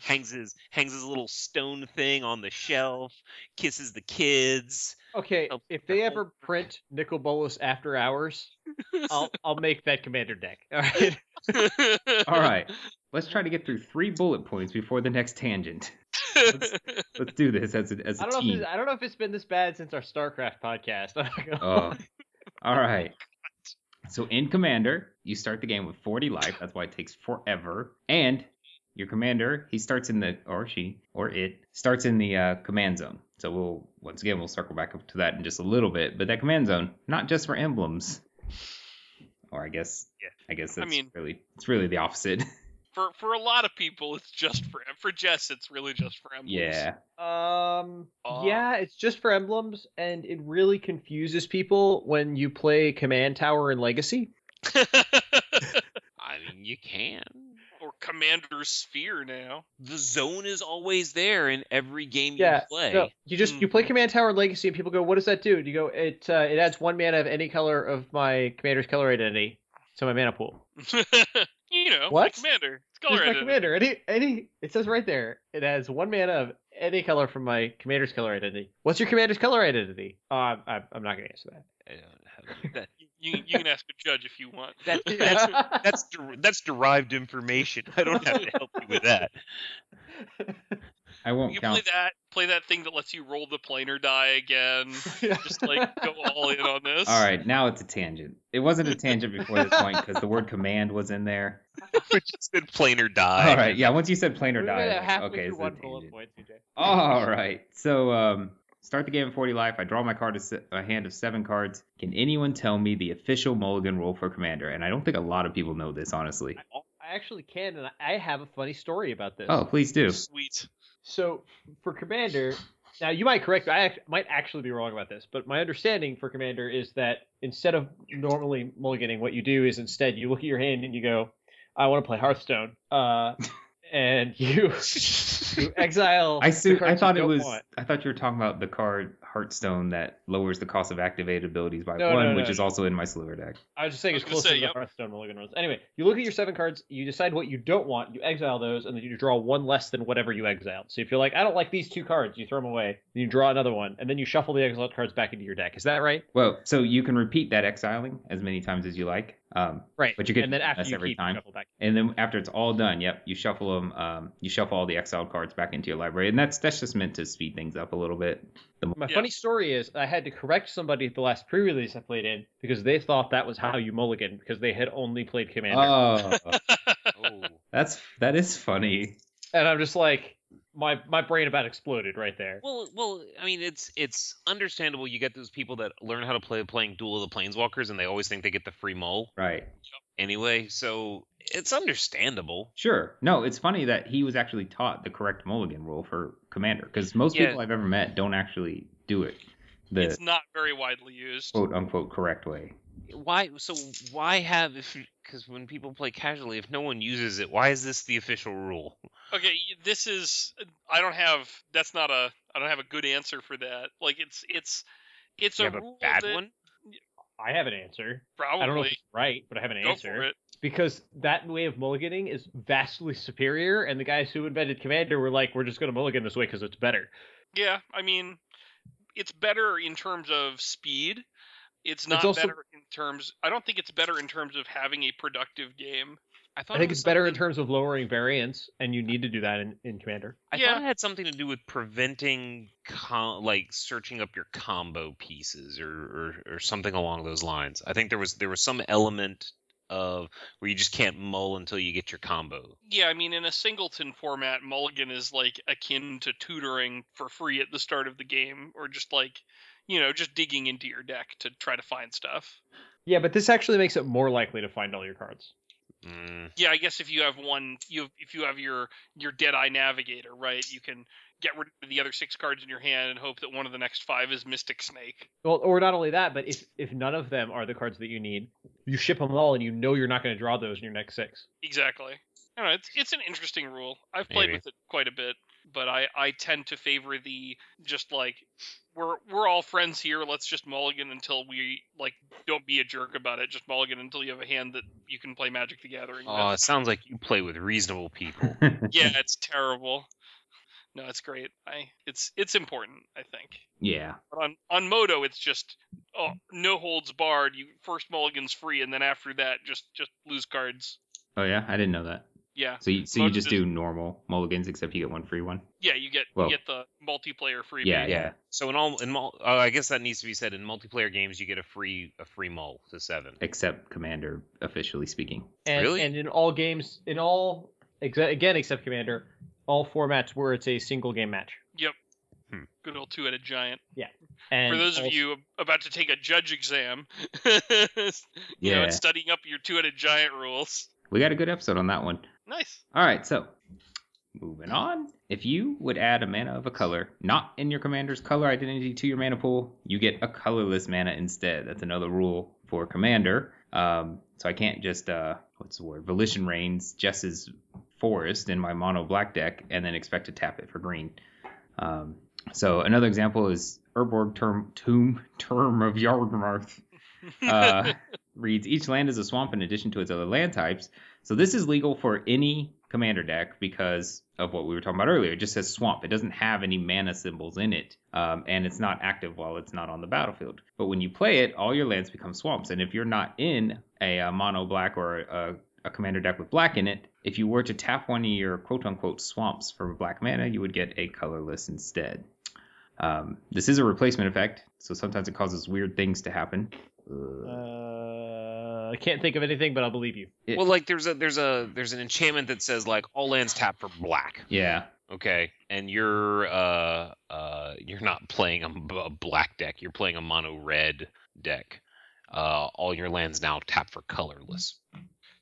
Speaker 1: Hangs his hangs his little stone thing on the shelf, kisses the kids.
Speaker 4: Okay,
Speaker 1: Oh,
Speaker 4: if they
Speaker 1: the
Speaker 4: ever
Speaker 1: whole-
Speaker 4: print Nicol Bolas After Hours, I'll I'll make that commander deck. All right.
Speaker 2: All right, let's try to get through three bullet points before the next tangent. Let's do this as a, as
Speaker 4: I
Speaker 2: a
Speaker 4: don't know. If
Speaker 2: team.
Speaker 4: this, I don't know if it's been this bad since our StarCraft podcast. I'm not gonna-
Speaker 2: Oh. All right. So in Commander, you start the game with 40 life. That's why it takes forever. And your commander, he starts in the or she or it starts in the uh, command zone. So we'll once again we'll circle back up to that in just a little bit. But that command zone, not just for emblems, or I guess
Speaker 1: Yeah.
Speaker 2: I guess
Speaker 3: I
Speaker 2: that's
Speaker 3: mean-
Speaker 2: really it's really the opposite.
Speaker 3: for for a lot of people, it's just for for Jess. It's really just for emblems.
Speaker 2: yeah.
Speaker 4: Um,
Speaker 3: Uh,
Speaker 4: yeah, it's just for emblems, and it really confuses people when you play Command Tower in Legacy.
Speaker 1: I mean, you can.
Speaker 3: or commander's sphere now.
Speaker 1: The zone is always there in every game you
Speaker 4: Yeah,
Speaker 1: play.
Speaker 4: No, you just you play
Speaker 3: Mhm.
Speaker 4: Command Tower Legacy, and people go, "What does that do?" And you go, "It uh, it adds one mana of any color of my commander's color identity to my mana pool."
Speaker 3: you know,
Speaker 4: What?
Speaker 3: The commander. It's
Speaker 4: Just
Speaker 3: color
Speaker 4: my
Speaker 3: edited.
Speaker 4: commander. Any any it says right there. It adds one mana of any color from my commander's color identity. What's your commander's color identity? Uh, I'm I'm I'm not gonna answer that.
Speaker 1: I don't have- that-
Speaker 3: You, you can ask a judge if you want.
Speaker 1: that- that's that's der- that's derived information. I don't have to help you with that.
Speaker 2: I won't
Speaker 3: You play
Speaker 2: count.
Speaker 3: that play that thing that lets you roll the planar die again. Just like go all in on this.
Speaker 2: All right, now it's a tangent. It wasn't a tangent before this point because the word command was in there.
Speaker 1: We just did plain or die.
Speaker 2: All right, yeah. Once you said plain or
Speaker 4: We're
Speaker 2: die,
Speaker 4: gonna
Speaker 2: I was like,
Speaker 4: halfway
Speaker 2: okay,
Speaker 4: through
Speaker 2: it's a
Speaker 4: one bullet
Speaker 2: tangent.
Speaker 4: point, CJ.
Speaker 2: All right. So um, start the game at 40 life. I draw my card, a, se- a hand of seven cards. Can anyone tell me the official mulligan rule for commander? And I don't think a lot of people know this, honestly.
Speaker 4: I, I actually can, and I have a funny story about this.
Speaker 2: Oh, please do.
Speaker 3: Sweet.
Speaker 4: So for Commander, now you might correct. me, I act- might actually be wrong about this, but my understanding for Commander is that instead of normally mulliganing, what you do is instead you look at your hand and you go, "I want to play Hearthstone," uh, and you you exile.
Speaker 2: I
Speaker 4: the
Speaker 2: su- I
Speaker 4: cards you
Speaker 2: thought it
Speaker 4: don't
Speaker 2: was.
Speaker 4: want.
Speaker 2: I thought you were talking about the card Heartstone that lowers the cost of activated abilities by
Speaker 4: No, no,
Speaker 2: one,
Speaker 4: no,
Speaker 2: which
Speaker 4: no.
Speaker 2: is also in my sliver deck.
Speaker 4: I was just saying
Speaker 3: I
Speaker 4: it's
Speaker 3: was gonna
Speaker 4: closer
Speaker 3: say,
Speaker 4: to the
Speaker 3: yep.
Speaker 4: Hearthstone mulligan rules. Anyway, you look at your seven cards, you decide what you don't want, you exile those, and then you draw one less than whatever you exiled. So if you're like, I don't like these two cards, you throw them away, then you draw another one, and then you shuffle the exiled cards back into your deck. Is that right?
Speaker 2: Well, so you can repeat that exiling as many times as you like. Um,
Speaker 4: Right.
Speaker 2: But you could
Speaker 4: and then after
Speaker 2: mess
Speaker 4: you
Speaker 2: every
Speaker 4: keep,
Speaker 2: time.
Speaker 4: You shuffle back.
Speaker 2: and then after it's all done, yep, you shuffle them. Um, you shuffle all the exiled cards back into your library, and that's that's just meant to speed things up a little bit.
Speaker 4: My
Speaker 3: Yeah.
Speaker 4: funny story is I had to correct somebody at the last pre-release I played in because they thought that was how you mulligan because they had only played Commander.
Speaker 2: Oh, that's that is funny.
Speaker 4: and I'm just like, my my brain about exploded right there.
Speaker 1: Well, well, I mean, it's it's understandable. You get those people that learn how to play playing Duel of the Planeswalkers, and they always think they get the free mole
Speaker 2: Right.
Speaker 1: anyway. So it's understandable.
Speaker 2: Sure. No, it's funny that he was actually taught the correct mulligan rule for commander because most
Speaker 1: Yeah.
Speaker 2: people I've ever met don't actually do it the
Speaker 3: It's not very widely used.
Speaker 2: quote unquote correct way.
Speaker 1: Why? So why have if? Because when people play casually, if no one uses it, why is this the official rule?
Speaker 3: Okay, y- this is I don't have that's not a I don't have a good answer for that. Like it's it's it's
Speaker 1: Do you
Speaker 3: a
Speaker 1: have a
Speaker 3: rule
Speaker 1: bad
Speaker 3: that
Speaker 1: one?
Speaker 4: I have an answer.
Speaker 3: probably
Speaker 4: I don't know if it's right, but I have an
Speaker 3: go
Speaker 4: answer
Speaker 3: for it.
Speaker 4: because that way of mulliganing is vastly superior. And the guys who invented Commander were like, we're just going to mulligan this way because it's better.
Speaker 3: Yeah, I mean, it's better in terms of speed. It's not
Speaker 4: also-
Speaker 3: better in terms. I don't think it's better in terms of having a productive game.
Speaker 1: I thought
Speaker 4: I
Speaker 1: it
Speaker 4: think
Speaker 1: was
Speaker 4: it's better in
Speaker 1: something-
Speaker 4: terms of lowering variance, and you need to do that in, in Commander.
Speaker 1: I
Speaker 3: Yeah.
Speaker 1: thought it had something to do with preventing, com- like searching up your combo pieces or, or or something along those lines. I think there was there was some element of where you just can't mull until you get your combo.
Speaker 3: Yeah, I mean, in a singleton format, Mulligan is like akin to tutoring for free at the start of the game, or just like, you know, just digging into your deck to try to find stuff.
Speaker 4: Yeah, but this actually makes it more likely to find all your cards.
Speaker 1: Mm.
Speaker 3: Yeah, I guess if you have one, you if you have your your Deadeye Navigator, right, you can get rid of the other six cards in your hand and hope that one of the next five is Mystic Snake.
Speaker 4: Well, or not only that, but if if none of them are the cards that you need, you ship them all, and you know you're not going to draw those in your next six.
Speaker 3: Exactly. I don't know, it's it's an interesting rule. I've played
Speaker 1: Maybe.
Speaker 3: with it quite a bit, but I I tend to favor the just like we're we're all friends here. Let's just mulligan until we like don't be a jerk about it. Just mulligan until you have a hand that you can play Magic the Gathering.
Speaker 1: Oh, it
Speaker 3: with.
Speaker 1: sounds like you play with reasonable people.
Speaker 3: yeah, it's terrible. No, it's great. I it's it's important. I think.
Speaker 2: yeah.
Speaker 3: But on on Moto, it's just oh, no holds barred. You first mulligan's free, and then after that, just just lose cards.
Speaker 2: Oh yeah, I didn't know that.
Speaker 3: Yeah,
Speaker 2: So you so you
Speaker 3: Mine
Speaker 2: just
Speaker 3: is-
Speaker 2: do normal mulligans except you get one free one.
Speaker 3: yeah. You get
Speaker 2: Well-
Speaker 3: you get the multiplayer free.
Speaker 2: Yeah,
Speaker 3: bait.
Speaker 1: yeah. So in all in mul- oh, I guess that needs to be said. In multiplayer games, you get a free a free mull to seven.
Speaker 2: Except commander officially speaking.
Speaker 4: And,
Speaker 1: Really?
Speaker 4: And in all games, in all exa- again except Commander, all formats where it's a single game match.
Speaker 3: Good old two-headed giant.
Speaker 4: And
Speaker 3: For those of
Speaker 4: also-
Speaker 3: you about to take a judge exam, you know,
Speaker 2: Yeah.
Speaker 3: it's studying up your two-headed giant rules.
Speaker 2: We got a good episode on that one.
Speaker 3: Nice.
Speaker 2: All right, so moving on. If you would add a mana of a color not in your commander's color identity to your mana pool, you get a colorless mana instead. That's another rule for commander. Um, so I can't just uh, what's the word? Volition reigns Jess's forest in my mono black deck and then expect to tap it for green. Um, so another example is Urborg term, Tomb Term of Yarmarth. Uh, reads each land is a swamp in addition to its other land types. So this is legal for any commander deck because of what we were talking about earlier. It just says swamp. It doesn't have any mana symbols in it, um, and it's not active while it's not on the battlefield. But when you play it, all your lands become swamps. And if you're not in a, uh mono black or a, a commander deck with black in it, if you were to tap one of your quote unquote swamps for black mana, you would get a colorless instead. Um, this is a replacement effect, so sometimes it causes weird things to happen. Ugh.
Speaker 4: Uh, I can't think of anything, but I'll believe you.
Speaker 2: It-
Speaker 1: well, like there's a there's a there's an enchantment that says like all lands tap for black.
Speaker 2: yeah,
Speaker 1: Okay, and you're uh uh you're not playing a, b- a black deck. You're playing a mono red deck. Uh, all your lands now tap for colorless.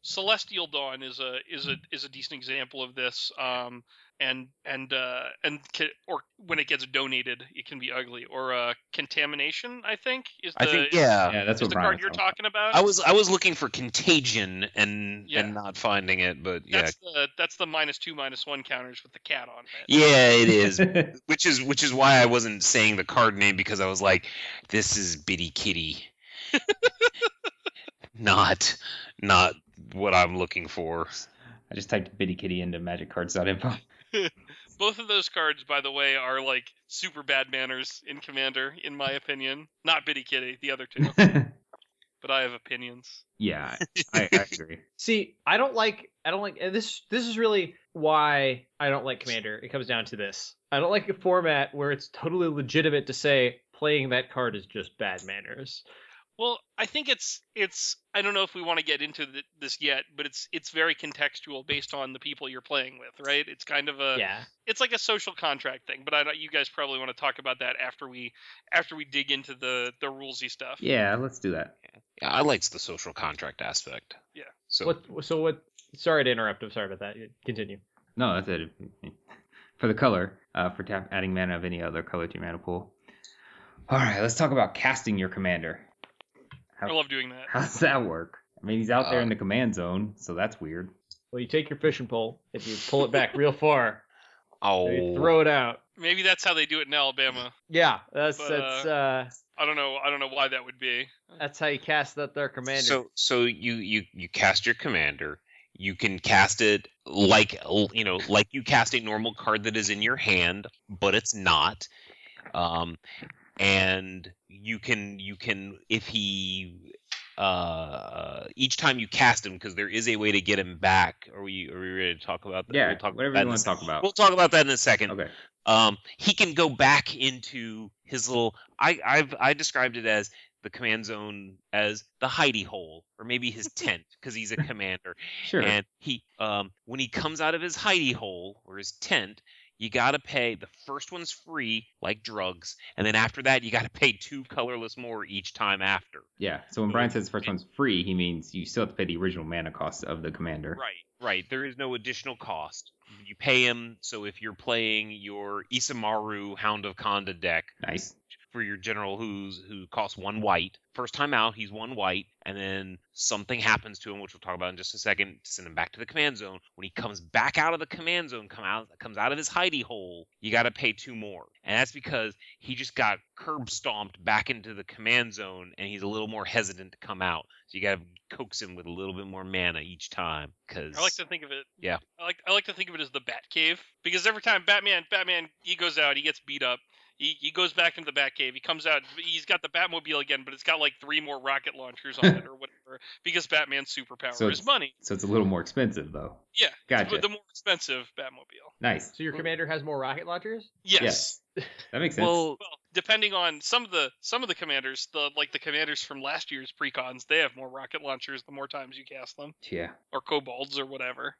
Speaker 3: Celestial Dawn is a is a is a decent example of this. Um, and and uh, and ca or when it gets donated, it can be ugly. Or uh, contamination, I think is the
Speaker 1: I think
Speaker 3: is-
Speaker 1: yeah.
Speaker 2: yeah, that's
Speaker 3: is
Speaker 2: what
Speaker 3: the
Speaker 2: Brian
Speaker 3: card
Speaker 2: was
Speaker 3: you're
Speaker 2: talking
Speaker 3: talking about.
Speaker 1: Uh, I was I was looking for contagion and
Speaker 3: Yeah.
Speaker 1: and not finding it, but yeah,
Speaker 3: that's the that's the minus two minus one counters with the cat on it.
Speaker 1: yeah, it is.
Speaker 2: about.
Speaker 1: which is which is why I wasn't saying the card name because I was like, this is Bitty Kitty, not not what I'm looking for.
Speaker 2: I just typed Bitty Kitty into magiccards.info.
Speaker 3: Both of those cards, by the way, are like super bad manners in Commander, in my opinion. Not Bitty Kitty, the other two, but I have opinions.
Speaker 2: yeah, I, I agree.
Speaker 4: See, I don't like I don't like and this this is really why I don't like Commander. It comes down to this. I don't like a format where it's totally legitimate to say playing that card is just bad manners.
Speaker 3: Well, I think it's it's I don't know if we want to get into th- this yet, but it's it's very contextual based on the people you're playing with, right? It's kind of
Speaker 1: Uh,
Speaker 3: a
Speaker 4: yeah.
Speaker 3: it's like a social contract thing, but I don't, you guys probably want to talk about that after we after we dig into the the rulesy stuff.
Speaker 2: Yeah, let's do that.
Speaker 1: Yeah, I liked the social contract aspect.
Speaker 3: Yeah.
Speaker 1: So
Speaker 4: what so what sorry to interrupt. I'm sorry about that. Continue.
Speaker 2: No, that's it. For the color, uh, for tap adding mana of any other color to your mana pool. All right, let's talk about casting your commander.
Speaker 3: I love doing that.
Speaker 2: How does that work? I mean, he's out there
Speaker 1: Uh,
Speaker 2: in the command zone, so that's weird.
Speaker 4: Well, you take your fishing pole, if you pull it back real far, you
Speaker 1: oh,
Speaker 4: throw it out.
Speaker 3: Maybe that's how they do it in Alabama.
Speaker 4: Yeah, that's
Speaker 3: But,
Speaker 4: that's uh
Speaker 3: I don't know. I don't know why that would be.
Speaker 4: that's how you cast out their commander.
Speaker 1: so so you you you cast your commander. You can cast it like you know like you cast a normal card that is in your hand, but it's not. Um, and you can you can if he uh each time you cast him because there is a way to get him back. Are we are we ready to talk about that?
Speaker 2: Yeah,
Speaker 1: we'll talk
Speaker 2: whatever
Speaker 1: about that
Speaker 2: you
Speaker 1: in a
Speaker 2: want to
Speaker 1: sec-
Speaker 2: talk about.
Speaker 1: We'll talk about that in a second
Speaker 2: Okay.
Speaker 1: um, he can go back into his little. I I've I described it as the command zone as the hidey hole or maybe his tent because he's a commander
Speaker 2: Sure.
Speaker 1: and he um when he comes out of his hidey hole or his tent you gotta pay the first one's free like drugs and then after that you gotta pay two colorless more each time after
Speaker 2: yeah. So when Brian says the first one's free, he means you still have to pay the original mana cost of the commander.
Speaker 1: Right, right. There is no additional cost. You pay him. So if you're playing your Isamaru Hound of Conda deck,
Speaker 2: Nice.
Speaker 1: for your general who's who costs one white. First time out, he's one white, and then something happens to him, which we'll talk about in just a second. to Send him back to the command zone. When he comes back out of the command zone, come out comes out of his hidey hole, you got to pay two more, and that's because he just got curb stomped back into the command zone, and he's a little more hesitant to come out. So you got to coax him with a little bit more mana each time, because
Speaker 3: I like to think of it.
Speaker 1: Yeah.
Speaker 3: I like I like to think of it as the Batcave because every time Batman Batman he goes out he gets beat up. He, he goes back into the Batcave. He comes out. He's got the Batmobile again, but it's got like three more rocket launchers on it or whatever because Batman's superpower
Speaker 2: So
Speaker 3: is
Speaker 2: it's-
Speaker 3: money.
Speaker 2: So it's a little more expensive though.
Speaker 3: Yeah. it's
Speaker 2: Gotcha.
Speaker 3: The more expensive Batmobile.
Speaker 2: Nice.
Speaker 1: oh.
Speaker 4: So your commander has more rocket launchers?
Speaker 3: Yes.
Speaker 2: That makes sense.
Speaker 1: well,
Speaker 3: Well, depending on some of the some of the commanders, the like the commanders from last year's precons, they have more rocket launchers the more times you cast them
Speaker 2: yeah.
Speaker 3: or kobolds or whatever.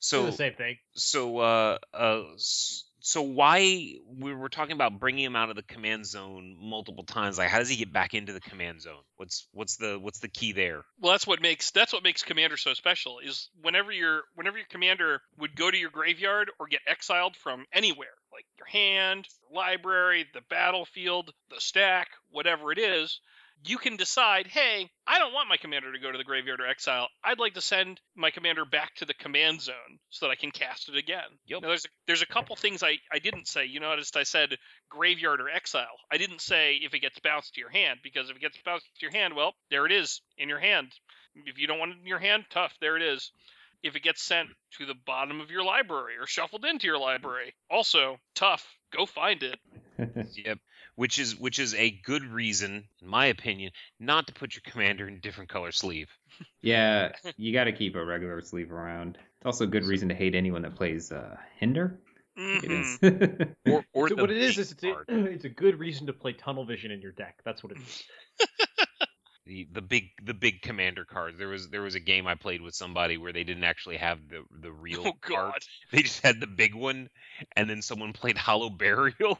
Speaker 1: so
Speaker 4: They're the same thing.
Speaker 1: so uh uh s- so why we were talking about bringing him out of the command zone multiple times like how does he get back into the command zone what's what's the what's the key there
Speaker 3: Well, that's what makes that's what makes commander so special is whenever your whenever your commander would go to your graveyard or get exiled from anywhere, like your hand, your library, the battlefield, the stack, whatever it is, you can decide, hey, I don't want my commander to go to the graveyard or exile. I'd like to send my commander back to the command zone so that I can cast it again.
Speaker 1: Yep.
Speaker 3: Now, there's a, there's a couple things I, I didn't say. You noticed I said graveyard or exile. I didn't say if it gets bounced to your hand because if it gets bounced to your hand, well, there it is in your hand. If you don't want it in your hand, tough, there it is. If it gets sent to the bottom of your library or shuffled into your library, also tough. Go find it.
Speaker 1: Yep. Which is which is a good reason, in my opinion, not to put your commander in a different color sleeve.
Speaker 2: yeah, you got to keep a regular sleeve around. It's also a good reason to hate anyone that plays uh, Hinder. It
Speaker 3: Mhm.
Speaker 2: is.
Speaker 1: Or or
Speaker 4: So
Speaker 1: the
Speaker 4: what it is
Speaker 1: bait
Speaker 4: is it's a,
Speaker 1: card.
Speaker 4: it's a good reason to play tunnel vision in your deck. That's what it is.
Speaker 1: the the big the big commander card. There was there was a game I played with somebody where they didn't actually have the the real
Speaker 3: Oh
Speaker 1: card.
Speaker 3: God.
Speaker 1: They just had the big one, and then someone played Hollow Burial,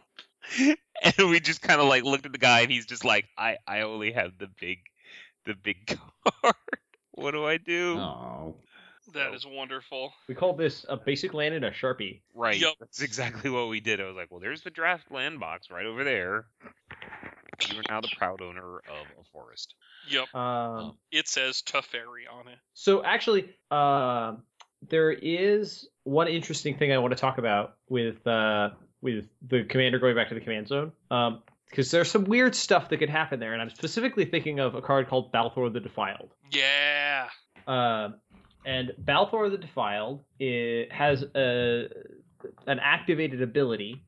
Speaker 1: and we just kind of like looked at the guy, and he's just like, I I only have the big the big card. what do I do?
Speaker 2: oh,
Speaker 3: That
Speaker 1: So-
Speaker 3: is wonderful.
Speaker 4: We call this a basic land and a sharpie.
Speaker 1: Right.
Speaker 3: Yep.
Speaker 1: That's exactly what we did. I was like, well, there's the draft land box right over there. You are now the proud owner of a forest.
Speaker 3: Yep.
Speaker 4: Um,
Speaker 3: It says Teferi on it.
Speaker 4: so actually, uh, there is one interesting thing I want to talk about with uh, with the commander going back to the command zone. Um, because there's some weird stuff that could happen there, and I'm specifically thinking of a card called Balthor the Defiled.
Speaker 3: Yeah.
Speaker 4: Um, and Balthor the Defiled it has a, an activated ability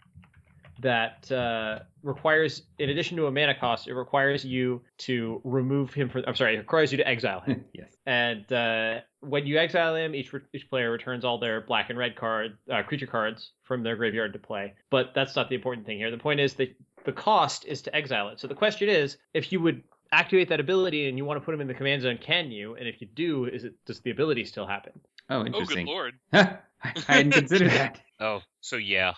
Speaker 4: that uh, requires, in addition to a mana cost, it requires you to remove him from. I'm sorry, it requires you to exile him.
Speaker 2: yes.
Speaker 4: and uh, when you exile him, each re- each player returns all their black and red card uh, creature cards from their graveyard to play. But that's not the important thing here. The point is that the cost is to exile it. So the question is, if you would activate that ability and you want to put him in the command zone, can you? And if you do, is it does the ability still happen?
Speaker 2: Oh,
Speaker 3: Oh, good
Speaker 2: interesting.
Speaker 3: lord.
Speaker 2: I hadn't considered that.
Speaker 1: Oh, so yeah.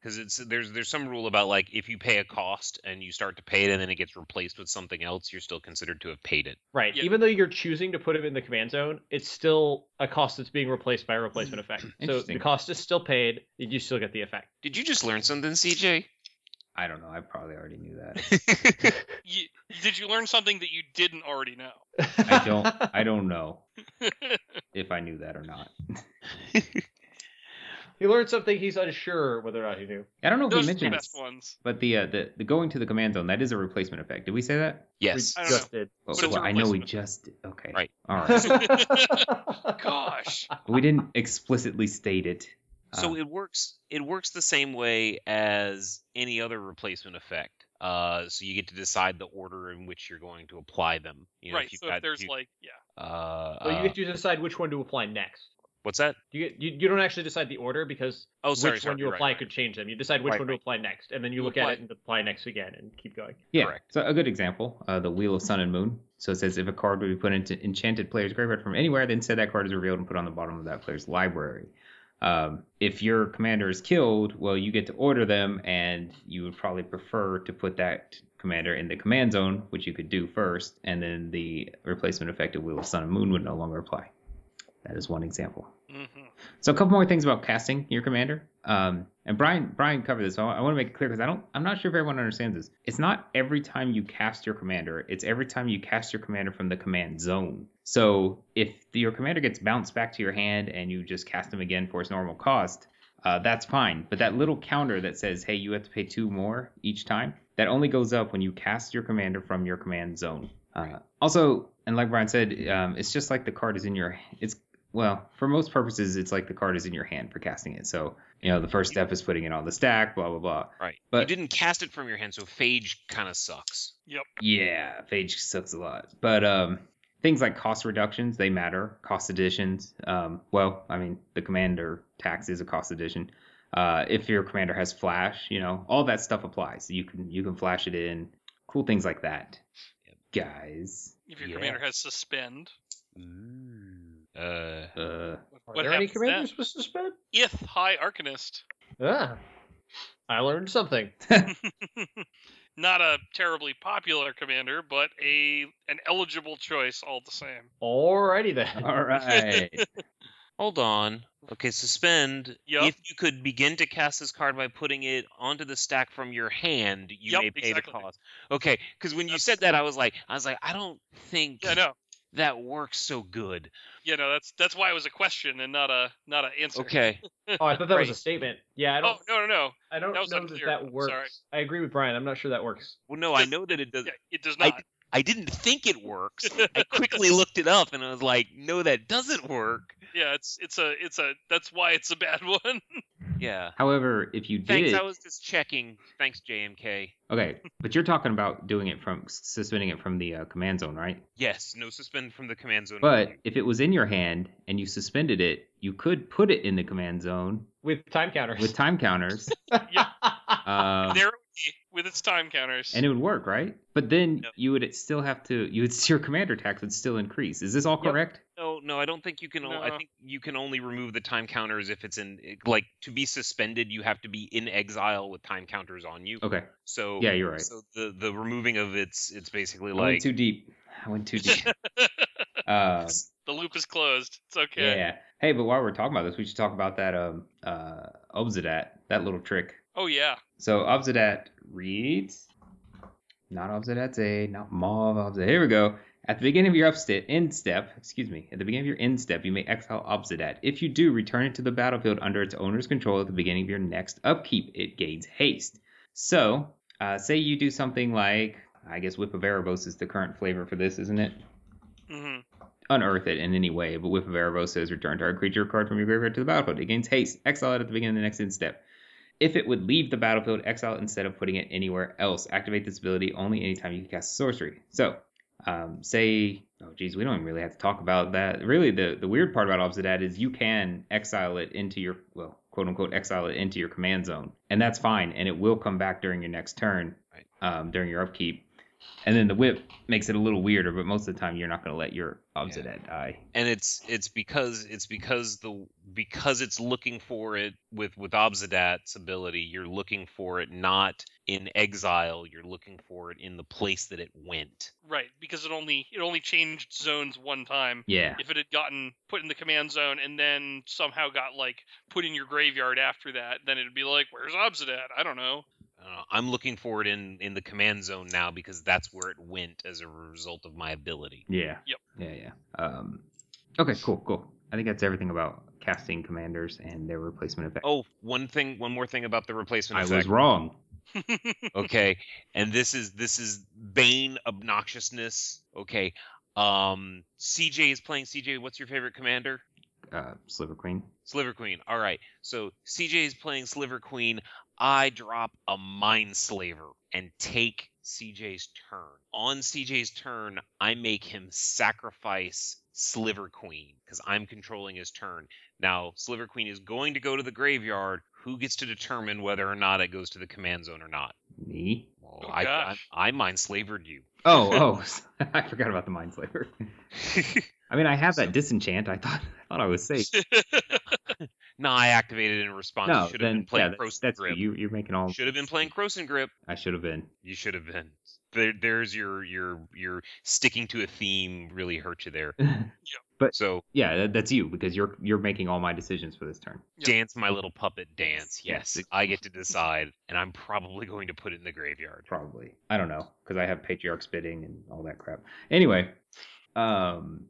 Speaker 1: Because it's there's there's some rule about like if you pay a cost and you start to pay it and then it gets replaced with something else, you're still considered to have paid it.
Speaker 4: Right.
Speaker 3: Yeah.
Speaker 4: Even though you're choosing to put him in the command zone, it's still a cost that's being replaced by a replacement effect. So the
Speaker 2: Interesting.
Speaker 4: cost is still paid. You still get the effect.
Speaker 1: Did you just learn something, CJ?
Speaker 2: I don't know. I probably already knew that.
Speaker 3: You, did you learn something that you didn't already know?
Speaker 2: I don't. I don't know if I knew that or not.
Speaker 4: He learned something he's unsure whether or not he knew.
Speaker 2: I don't know if
Speaker 3: Those
Speaker 2: we
Speaker 3: are the
Speaker 2: mentioned
Speaker 3: best
Speaker 2: this,
Speaker 3: ones.
Speaker 2: but the, uh, the the going to the command zone that is a replacement effect. Did we say that?
Speaker 1: yes.
Speaker 3: I
Speaker 4: We
Speaker 3: don't know.
Speaker 4: just did.
Speaker 2: Oh,
Speaker 3: But it's a
Speaker 2: well, I know we
Speaker 3: replacement.
Speaker 2: just did. okay.
Speaker 1: Right.
Speaker 2: All right.
Speaker 3: Gosh.
Speaker 2: But we didn't explicitly state it.
Speaker 1: So
Speaker 4: Uh-huh.
Speaker 2: Uh,
Speaker 1: it works. It works the same way as any other replacement effect. Uh, so you get to decide the order in which you're going to apply them. You know,
Speaker 3: right.
Speaker 1: If you've
Speaker 3: so
Speaker 1: got-
Speaker 3: if there's
Speaker 1: you-
Speaker 3: like, yeah.
Speaker 1: uh, uh,
Speaker 4: Well, you get to decide which one to apply next.
Speaker 1: what's that?
Speaker 4: You get, you, you don't actually decide the order because
Speaker 1: Oh, sorry,
Speaker 4: which
Speaker 1: sorry,
Speaker 4: one you
Speaker 1: right,
Speaker 4: apply
Speaker 1: right.
Speaker 4: could change them. You decide which
Speaker 1: Right,
Speaker 4: one to apply next, and then you,
Speaker 3: You
Speaker 4: look
Speaker 3: apply-
Speaker 4: at it and apply next again and keep going.
Speaker 2: yeah.
Speaker 1: correct.
Speaker 2: So a good example, uh, the Wheel of Sun and Moon. So it says if a card would be put into enchanted player's graveyard from anywhere, then said that card is revealed and put on the bottom of that player's library. Um, if your commander is killed, well, you get to order them, and you would probably prefer to put that commander in the command zone, which you could do first, and then the replacement effect of Wheel of Sun and Moon would no longer apply. That is one example.
Speaker 3: Mhm.
Speaker 2: So a couple more things about casting your commander. Um, and Brian Brian covered this, so I, want to make it clear because I don't I'm not sure if everyone understands this. It's not every time you cast your commander; it's every time you cast your commander from the command zone. So if your commander gets bounced back to your hand and you just cast him again for its normal cost, uh, that's fine. But that little counter that says, "Hey, you have to pay two more each time," that only goes up when you cast your commander from your command zone. Uh, also, and like Brian said, um, it's just like the card is in your it's well, for most purposes, it's like the card is in your hand for casting it. So, you know, the first step is putting it on the stack, blah, blah, blah.
Speaker 1: Right. you
Speaker 2: But-
Speaker 1: didn't cast it from your hand, so phage kind of sucks.
Speaker 2: Yeah, phage sucks a lot. But um, things like cost reductions, they matter. Cost additions, um, well, I mean, the commander tax is a cost addition. Uh, if your commander has flash, you know, all that stuff applies. You can you can flash it in, cool things like that, guys.
Speaker 3: If your
Speaker 1: Yeah.
Speaker 3: commander has suspend,
Speaker 4: Mm.
Speaker 1: Uh,
Speaker 2: Uh,
Speaker 4: Are
Speaker 3: What
Speaker 4: there any
Speaker 3: happens
Speaker 4: commanders with suspend?
Speaker 3: ith high arcanist,
Speaker 4: Ah, I learned something.
Speaker 3: not a terribly popular commander, but a an eligible choice all the same.
Speaker 4: Alrighty then.
Speaker 2: all right.
Speaker 1: Hold on. Okay, suspend.
Speaker 3: Yup.
Speaker 1: If you could begin to cast this card by putting it onto the stack from your hand, you
Speaker 3: Yup,
Speaker 1: may pay
Speaker 3: exactly.
Speaker 1: the cost. Okay, because when you
Speaker 3: That's-
Speaker 1: said that, I was like, I was like, I don't think
Speaker 3: Yeah, no,
Speaker 1: that works so good.
Speaker 3: yeah, no. That's that's why it was a question and not a not an answer.
Speaker 1: Okay,
Speaker 4: Oh, I thought that was a
Speaker 1: Right.
Speaker 4: statement. Yeah, I
Speaker 3: Oh
Speaker 4: don't.
Speaker 3: no, no, no.
Speaker 4: I don't
Speaker 3: that was
Speaker 4: know
Speaker 3: unclear.
Speaker 4: that
Speaker 3: I'm
Speaker 4: that works.
Speaker 3: sorry.
Speaker 4: I agree with Brian. I'm not sure that works.
Speaker 1: well, no, I
Speaker 3: Just-
Speaker 1: know that it does.
Speaker 3: Yeah, it does
Speaker 1: I-
Speaker 3: not.
Speaker 1: I didn't think it works. I quickly looked it up and I was like, no, that doesn't work.
Speaker 3: yeah, it's it's a it's a that's why it's a bad one.
Speaker 1: Yeah.
Speaker 2: However, if you did,
Speaker 1: Thanks. I was just checking. Thanks, JMK.
Speaker 2: okay, but you're talking about doing it from suspending it from the uh, command zone, right?
Speaker 1: Yes, no suspend from the command zone.
Speaker 2: But if it was in your hand and you suspended it, you could put it in the command zone
Speaker 4: With time counters.
Speaker 2: with time counters, um,
Speaker 3: there it would be E with its time counters.
Speaker 2: and it would work, right? But then
Speaker 1: No.
Speaker 2: you would still have to, you would your commander tax would still increase. Is this all
Speaker 4: Yep.
Speaker 2: correct?
Speaker 1: No, no, I don't think you can. o- I
Speaker 3: No.
Speaker 1: think you can only remove the time counters if it's in eh, like to be suspended. You have to be in exile with time counters on you.
Speaker 2: Okay,
Speaker 1: So
Speaker 2: Oh, yeah, you're right.
Speaker 1: So the the removing of it's it's basically
Speaker 2: I went
Speaker 1: like
Speaker 2: too deep. I went too deep. um,
Speaker 3: the loop is closed. It's okay.
Speaker 2: Yeah. Hey, but while we're talking about this, we should talk about that um uh Obsidat, that little trick.
Speaker 3: Oh yeah.
Speaker 2: So Obsidat reads not Obsidat's A, not Maw of Obsidat. Here we go. At the beginning of your upstep end step, excuse me, at the beginning of your end step, you may exile Obsidat. If you do, return it to the battlefield under its owner's control at the beginning of your next upkeep. It gains haste. So, uh, say you do something like I guess Whip of Erebos is the current flavor for this, isn't it?
Speaker 3: hmm
Speaker 2: unearth it in any way, but Whip of Erebos says return target creature card from your graveyard to the battlefield. It gains haste. Exile it at the beginning of the next end step. If it would leave the battlefield, exile it instead of putting it anywhere else. Activate this ability only anytime you cast sorcery. So, um, say, oh geez, we don't even really have to talk about that. Really, the, the weird part about Obsidat is you can exile it into your, well, quote unquote, exile it into your command zone, and that's fine, and it will come back during your next turn,
Speaker 1: Right.
Speaker 2: um, during your upkeep. And then the whip makes it a little weirder, but most of the time you're not going to let your Obsidat die.
Speaker 1: and it's it's because it's because the because it's looking for it with with Obsidat's ability, you're looking for it not in exile, you're looking for it in the place that it went.
Speaker 3: Right, because it only it only changed zones one time.
Speaker 2: Yeah.
Speaker 3: If it had gotten put in the command zone and then somehow got like put in your graveyard after that, then it'd be like, "Where's Obsidat? I don't know."
Speaker 1: Uh, I'm looking for it in in the command zone now because that's where it went as a result of my ability.
Speaker 2: Yeah.
Speaker 3: Yep.
Speaker 2: Yeah, yeah. Um, okay, cool, cool. I think that's everything about casting commanders and their replacement effect.
Speaker 1: Oh, one thing, one more thing about the replacement
Speaker 2: I
Speaker 1: effect.
Speaker 2: was wrong.
Speaker 1: okay and this is this is bane obnoxiousness okay um cj is playing cj what's your favorite commander
Speaker 2: Uh, Sliver Queen.
Speaker 1: sliver queen all right so cj is playing sliver queen i drop a mindslaver and take cj's turn on cj's turn i make him sacrifice sliver queen because i'm controlling his turn now sliver queen is going to go to the graveyard who gets to determine whether or not it goes to the command zone or not
Speaker 2: Me?
Speaker 1: well,
Speaker 3: Oh,
Speaker 1: I, I,
Speaker 3: gosh.
Speaker 1: I mind slavered you.
Speaker 2: Oh, oh! I forgot about the Mind Slaver. I mean, I have that disenchant. I thought, I thought I was safe.
Speaker 1: no, I activated it in response.
Speaker 2: No,
Speaker 1: you should have
Speaker 2: then
Speaker 1: been
Speaker 2: yeah,
Speaker 1: playing
Speaker 2: that's,
Speaker 1: Croson
Speaker 2: that's
Speaker 1: Grip.
Speaker 2: you. You're making all.
Speaker 1: Should have been playing Croson Grip.
Speaker 2: I should have been.
Speaker 1: You should have been. There, there's your your your sticking to a theme really hurt you there. So
Speaker 2: yeah, that, that's you because you're you're making all my decisions for this turn.
Speaker 3: Yeah.
Speaker 1: dance, my little puppet, dance.
Speaker 2: Yes.
Speaker 1: Yes, I get to decide, and I'm probably going to put it in the graveyard.
Speaker 2: probably. I don't know because I have patriarchs bidding and all that crap. Anyway, um,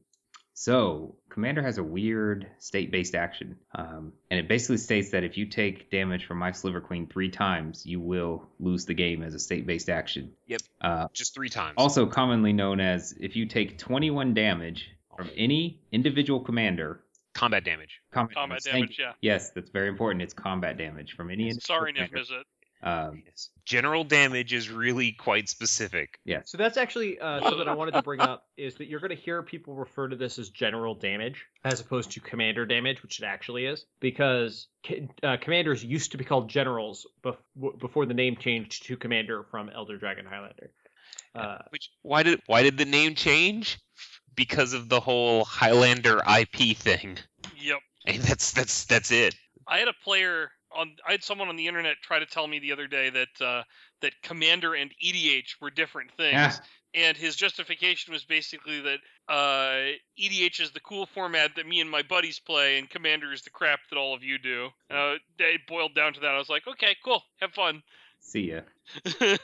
Speaker 2: so commander has a weird state-based action, um, and it basically states that if you take damage from my Sliver Queen three times, you will lose the game as a state-based action.
Speaker 1: Yep.
Speaker 2: Uh,
Speaker 1: Just three times.
Speaker 2: also commonly known as if you take 21 damage from any individual commander.
Speaker 1: combat damage.
Speaker 2: Combat,
Speaker 3: Combat
Speaker 2: thank
Speaker 3: damage,
Speaker 2: you.
Speaker 3: yeah.
Speaker 2: Yes, that's very important. It's combat damage from any. individual
Speaker 3: Sorry, Niv
Speaker 2: commander.
Speaker 3: Mizzet.
Speaker 2: Um,
Speaker 1: Yes. General damage is really quite specific.
Speaker 4: So that's actually uh, something I wanted to bring up is that you're going to hear people refer to this as general damage as opposed to commander damage, which it actually is, because c- uh, commanders used to be called generals bef- w- before the name changed to commander from Elder Dragon Highlander. Uh,
Speaker 1: Which why did why did the name change? Because of the whole Highlander IP thing.
Speaker 3: Yep.
Speaker 1: And that's that's that's it.
Speaker 3: I had a player on. I had someone on the internet try to tell me the other day that uh, that commander and EDH E were different things.
Speaker 2: yeah,
Speaker 3: and his justification was basically that uh, EDH is the cool format that me and my buddies play, and Commander is the crap that all of you do. Uh, it boiled down to that. I was like, okay, cool, have fun.
Speaker 2: See ya.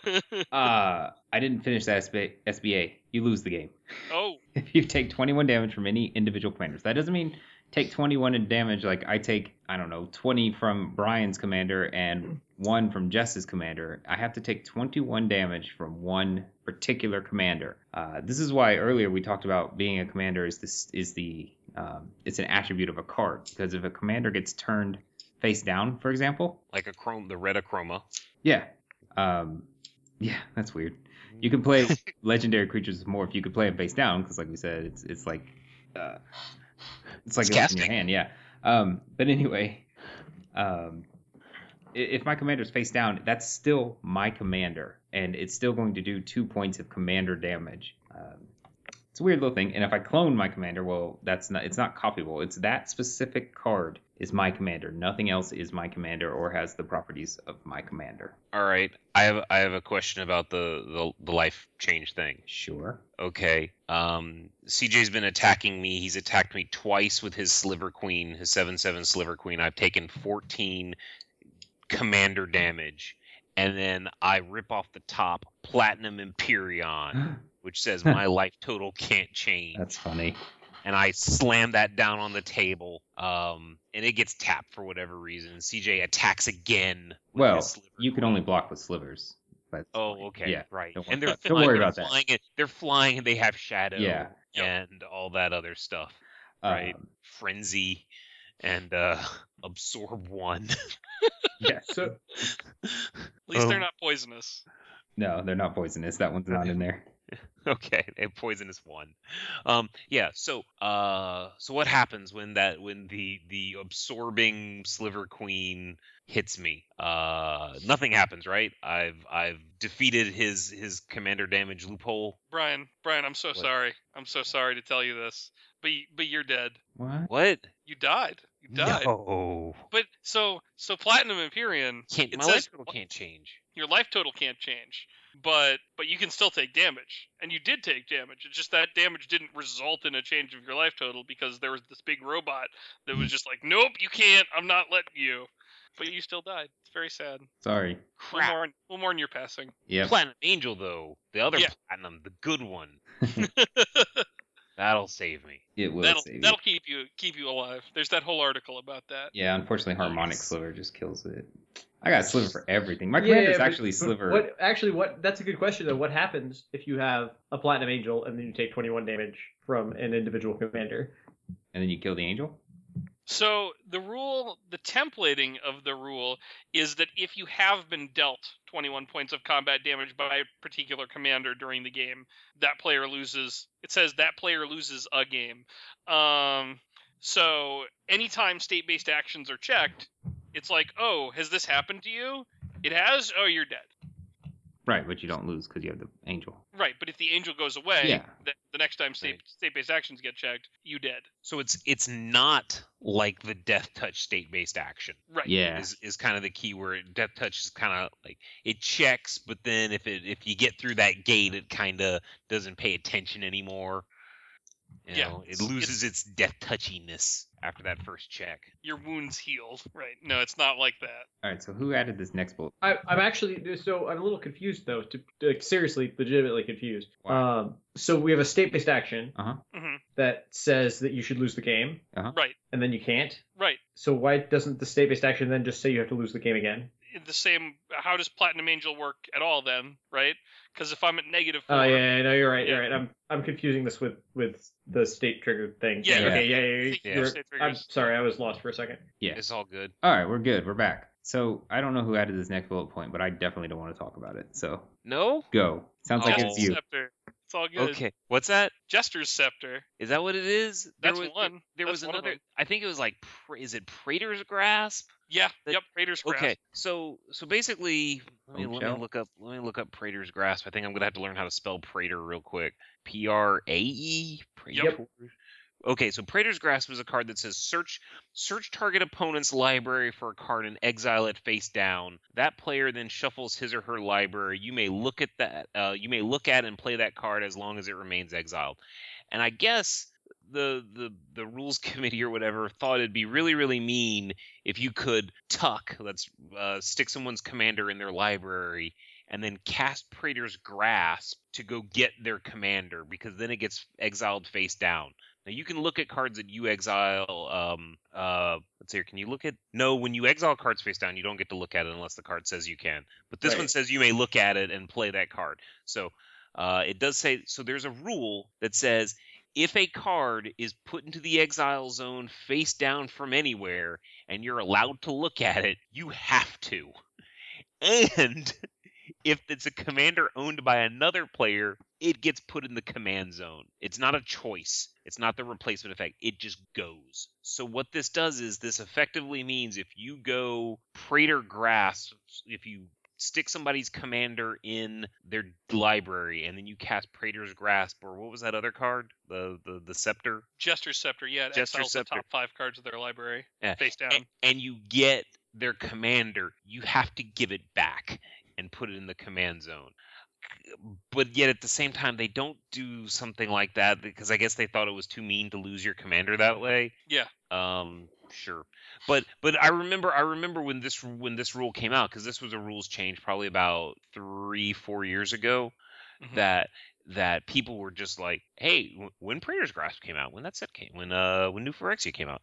Speaker 2: Uh, I didn't finish that SB- SBA. You lose the game.
Speaker 3: oh,
Speaker 2: If you take 21 damage from any individual commanders, that doesn't mean take 21 in damage. Like I take, I don't know, 20 from Brian's commander and one from Jess's commander. I have to take 21 damage from one particular commander. Uh, this is why earlier we talked about being a commander is this is the um, it's an attribute of a card because if a commander gets turned face down, for example,
Speaker 1: like a chrome, the red achroma.
Speaker 2: yeah. Um, yeah, that's weird. You can play legendary creatures with more if you could play them face down, because like we said, it's it's like uh, it's like
Speaker 1: It's
Speaker 2: it's in your
Speaker 1: casting.
Speaker 2: hand. Yeah. Um, but anyway, um, i- if my commander's face down, that's still my commander, and it's still going to do two points of commander damage. Um, it's a weird little thing. And if I clone my commander, well, that's not it's not copyable. It's that specific card is my commander. Nothing else is my commander or has the properties of my commander.
Speaker 1: All right, I have I have a question about the the, the life change thing.
Speaker 2: Sure.
Speaker 1: Okay, um, CJ's been attacking me. He's attacked me twice with his Sliver Queen, his seven seven Sliver Queen. I've taken fourteen commander damage, and then I rip off the top Platinum Imperion, which says my life total can't change.
Speaker 2: That's funny.
Speaker 1: and I slam that down on the table. Um, and it gets tapped for whatever reason. CJ attacks again. with
Speaker 2: Well,
Speaker 1: his sliver.
Speaker 2: you can only block with slivers. But
Speaker 1: Oh, okay,
Speaker 2: Yeah,
Speaker 1: right.
Speaker 2: don't worry
Speaker 1: And they're
Speaker 2: about- don't
Speaker 1: flying,
Speaker 2: worry
Speaker 1: they're
Speaker 2: about that.
Speaker 1: flying, and- They're flying, and they have shadow.
Speaker 2: yeah,
Speaker 1: and all that other stuff. Right.
Speaker 2: um,
Speaker 1: Frenzy, and uh, absorb one.
Speaker 2: yeah.
Speaker 4: So
Speaker 3: at least they're
Speaker 1: Oh.
Speaker 3: not poisonous.
Speaker 2: No, they're not poisonous. That one's not in there.
Speaker 1: okay, they have poisonous one. Um, yeah. So, uh, so what happens when that when the the absorbing sliver queen hits me? Uh, nothing happens, right? I've I've defeated his his commander damage loophole.
Speaker 3: Brian, Brian, I'm so
Speaker 1: What?
Speaker 3: sorry. I'm so sorry to tell you this, but you, but you're dead.
Speaker 2: What?
Speaker 1: What?
Speaker 3: You died. You died.
Speaker 1: No.
Speaker 3: But so so platinum Empyrean,
Speaker 1: Can't,
Speaker 3: It
Speaker 1: my
Speaker 3: says-
Speaker 1: life total can't change.
Speaker 3: your life total can't change, but but you can still take damage, and you did take damage. It's just that damage didn't result in a change of your life total because there was this big robot that
Speaker 1: Mm.
Speaker 3: was just like, nope, you can't. I'm not letting you. But you still died. It's very sad.
Speaker 2: Sorry.
Speaker 3: We'll
Speaker 1: Crap.
Speaker 3: mourn, we'll mourn your passing.
Speaker 2: Yep.
Speaker 1: Platinum Angel though, the other
Speaker 3: Yeah.
Speaker 1: platinum, the good one. That'll save me.
Speaker 2: It will
Speaker 3: that'll
Speaker 2: save you.
Speaker 3: that'll keep you keep you alive. There's that whole article about that.
Speaker 2: Yeah, unfortunately, harmonic
Speaker 1: Yes.
Speaker 2: sliver just kills it. I got sliver for everything. My
Speaker 4: Yeah,
Speaker 2: commander's
Speaker 4: but-
Speaker 2: actually
Speaker 4: but
Speaker 2: sliver.
Speaker 4: What actually? What? That's a good question. Though, what happens if you have a platinum angel and then you take 21 damage from an individual commander?
Speaker 2: And then you kill the angel?
Speaker 3: So the rule, the templating of the rule is that if you have been dealt 21 points of combat damage by a particular commander during the game, that player loses. It says that player loses a game. Um, so anytime state-based actions are checked, it's like, oh, has this happened to you? It has. Oh, you're dead.
Speaker 2: Right, but you don't lose because you have the angel.
Speaker 3: Right, but if the angel goes away,
Speaker 2: Yeah.
Speaker 3: th- the next time state,
Speaker 1: Right.
Speaker 3: state-based actions get checked, you dead.
Speaker 1: So it's it's not like the death touch state based action.
Speaker 3: Right.
Speaker 2: Yeah.
Speaker 1: is, is kind of the key word. Death touch is kind of like it checks, but then if it if you get through that gate, it kind of doesn't pay attention anymore. You
Speaker 3: Yeah,
Speaker 1: know, it
Speaker 3: it's- it's-
Speaker 1: loses its death touchiness after that first check.
Speaker 3: Your wounds heal. Right. No, it's not like that.
Speaker 2: All right, so who added this next bullet?
Speaker 4: I, I'm actually so I'm a little confused though. To, like, seriously, legitimately confused.
Speaker 2: Why?
Speaker 4: Um, so we have a state-based action
Speaker 2: Uh huh.
Speaker 3: hmm
Speaker 4: that says that you should lose the game,
Speaker 3: Right.
Speaker 4: and then you can't.
Speaker 3: Right.
Speaker 4: So why doesn't the state-based action then just say you have to lose the game again?
Speaker 3: the same how does platinum angel work at all then right because if i'm at negative four
Speaker 4: Oh yeah, yeah, no, you're right. You're
Speaker 3: Yeah.
Speaker 4: right. I'm I'm confusing this with with the state triggered thing.
Speaker 3: Yeah,
Speaker 4: Okay. Yeah. Yeah.
Speaker 3: State-
Speaker 4: you're-
Speaker 3: state
Speaker 4: I'm
Speaker 3: triggers.
Speaker 4: sorry. I was lost for a second.
Speaker 2: Yeah.
Speaker 1: It's all good.
Speaker 2: All right, we're good. We're back. So I don't know who added this next bullet point, but I definitely don't want to talk about it. So
Speaker 1: No.
Speaker 2: go. Sounds like
Speaker 1: Oh.
Speaker 2: it's you.
Speaker 3: scepter it's all good
Speaker 1: Okay. What's that?
Speaker 3: jester's scepter
Speaker 1: Is that what it is?
Speaker 3: that's
Speaker 1: there was,
Speaker 3: one
Speaker 1: There
Speaker 3: That's
Speaker 1: was
Speaker 3: one of
Speaker 1: another.
Speaker 3: them.
Speaker 1: I think it was like, Pr- is it Praetor's grasp?
Speaker 3: yeah
Speaker 1: That-
Speaker 3: yep raiders grasp.
Speaker 1: Okay, so so basically, let me,
Speaker 2: Oh,
Speaker 1: let
Speaker 2: shall?
Speaker 1: me look up let me look up Praetor's grasp. I think I'm gonna have to learn how to spell Praetor real quick. P R A E. Praetor. Okay, so Praetor's Grasp is a card that says search search target opponent's library for a card and exile it face down. That player then shuffles his or her library. You may look at that uh, you may look at and play that card as long as it remains exiled. And I guess the the the rules committee or whatever thought it'd be really really mean if you could tuck let's uh, stick someone's commander in their library and then cast praetor's grasp to go get their commander because then it gets exiled face down now you can look at cards that you exile um uh let's see here can you look at no when you exile cards face down you don't get to look at it unless the card says you can but this
Speaker 4: Right.
Speaker 1: one says you may look at it and play that card so uh, it does say so there's a rule that says if a card is put into the exile zone face down from anywhere and you're allowed to look at it, you have to. And if it's a commander owned by another player, it gets put in the command zone. It's not a choice. It's not the replacement effect. It just goes. So what this does is this effectively means if you go Praetor Grasp, if you stick somebody's commander in their library and then you cast Praetor's Grasp or what was that other card? The the, the scepter?
Speaker 3: Jester's Scepter, yeah, it
Speaker 1: Jester's
Speaker 3: exiles
Speaker 1: Scepter.
Speaker 3: the top five cards of their library
Speaker 1: Yeah.
Speaker 3: face down.
Speaker 1: and, and you get their commander, you have to give it back and put it in the command zone. But yet at the same time, they don't do something like that because I guess they thought it was too mean to lose your commander that way.
Speaker 3: Yeah.
Speaker 1: Um. Sure. But but I remember I remember when this when this rule came out because this was a rules change probably about three four years ago
Speaker 3: Mhm.
Speaker 1: that that people were just like, hey, w- when Praetor's Grasp came out, when that set came, when uh when New Phyrexia came out,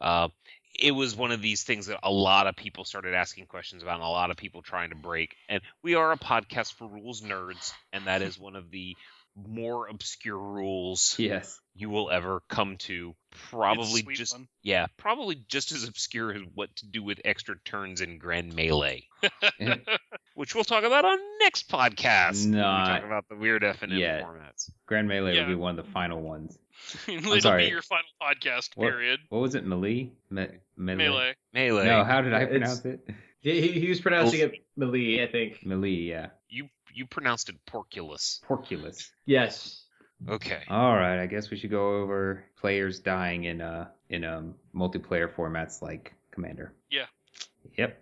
Speaker 1: uh, it was one of these things that a lot of people started asking questions about, and a lot of people trying to break. And we are a podcast for rules nerds, and that is one of the more obscure rules
Speaker 2: Yes.
Speaker 1: you will ever come to.
Speaker 3: It's a
Speaker 1: Probably
Speaker 3: sweet
Speaker 1: just
Speaker 3: one.
Speaker 1: yeah, probably just as obscure as what to do with extra turns in Grand Melee,
Speaker 2: Eh,
Speaker 1: which we'll talk about on next podcast. when we
Speaker 2: Not
Speaker 1: talk about the weird F and M
Speaker 2: yet.
Speaker 1: formats.
Speaker 2: Grand Melee
Speaker 3: Yeah.
Speaker 2: would be one of the final ones.
Speaker 3: It'll
Speaker 2: sorry.
Speaker 3: be your final podcast
Speaker 2: What?
Speaker 3: period.
Speaker 2: What was it, Melee? Me- melee?
Speaker 3: Melee.
Speaker 1: Melee.
Speaker 2: No, how did I
Speaker 4: It's-
Speaker 2: pronounce it?
Speaker 4: He, he- he was pronouncing it melee, I think.
Speaker 2: Melee, yeah.
Speaker 1: You you pronounced it porculus.
Speaker 2: Porculus.
Speaker 4: Yes.
Speaker 1: Okay.
Speaker 2: All right, I guess we should go over players dying in uh in um multiplayer formats like Commander.
Speaker 3: Yeah.
Speaker 2: Yep.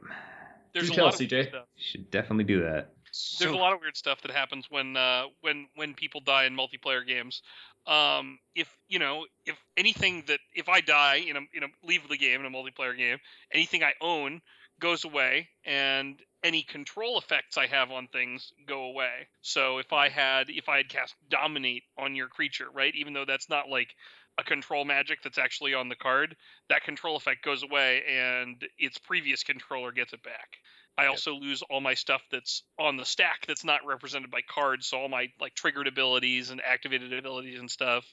Speaker 3: There's
Speaker 4: Do
Speaker 3: a
Speaker 4: tell,
Speaker 3: lot of
Speaker 4: CJ.
Speaker 3: weird stuff.
Speaker 2: Should definitely do that.
Speaker 1: So,
Speaker 3: There's a lot of weird stuff that happens when uh, when when people die in multiplayer games. Um, if you know, if anything that if I die in a in a leave the game in a multiplayer game, anything I own goes away, and any control effects I have on things go away. So if I had if I had cast dominate on your creature, right, even though that's not like a control magic that's actually on the card, that control effect goes away, and its previous controller gets it back. I
Speaker 1: Yep.
Speaker 3: also lose all my stuff that's on the stack that's not represented by cards, so all my like triggered abilities and activated abilities and stuff.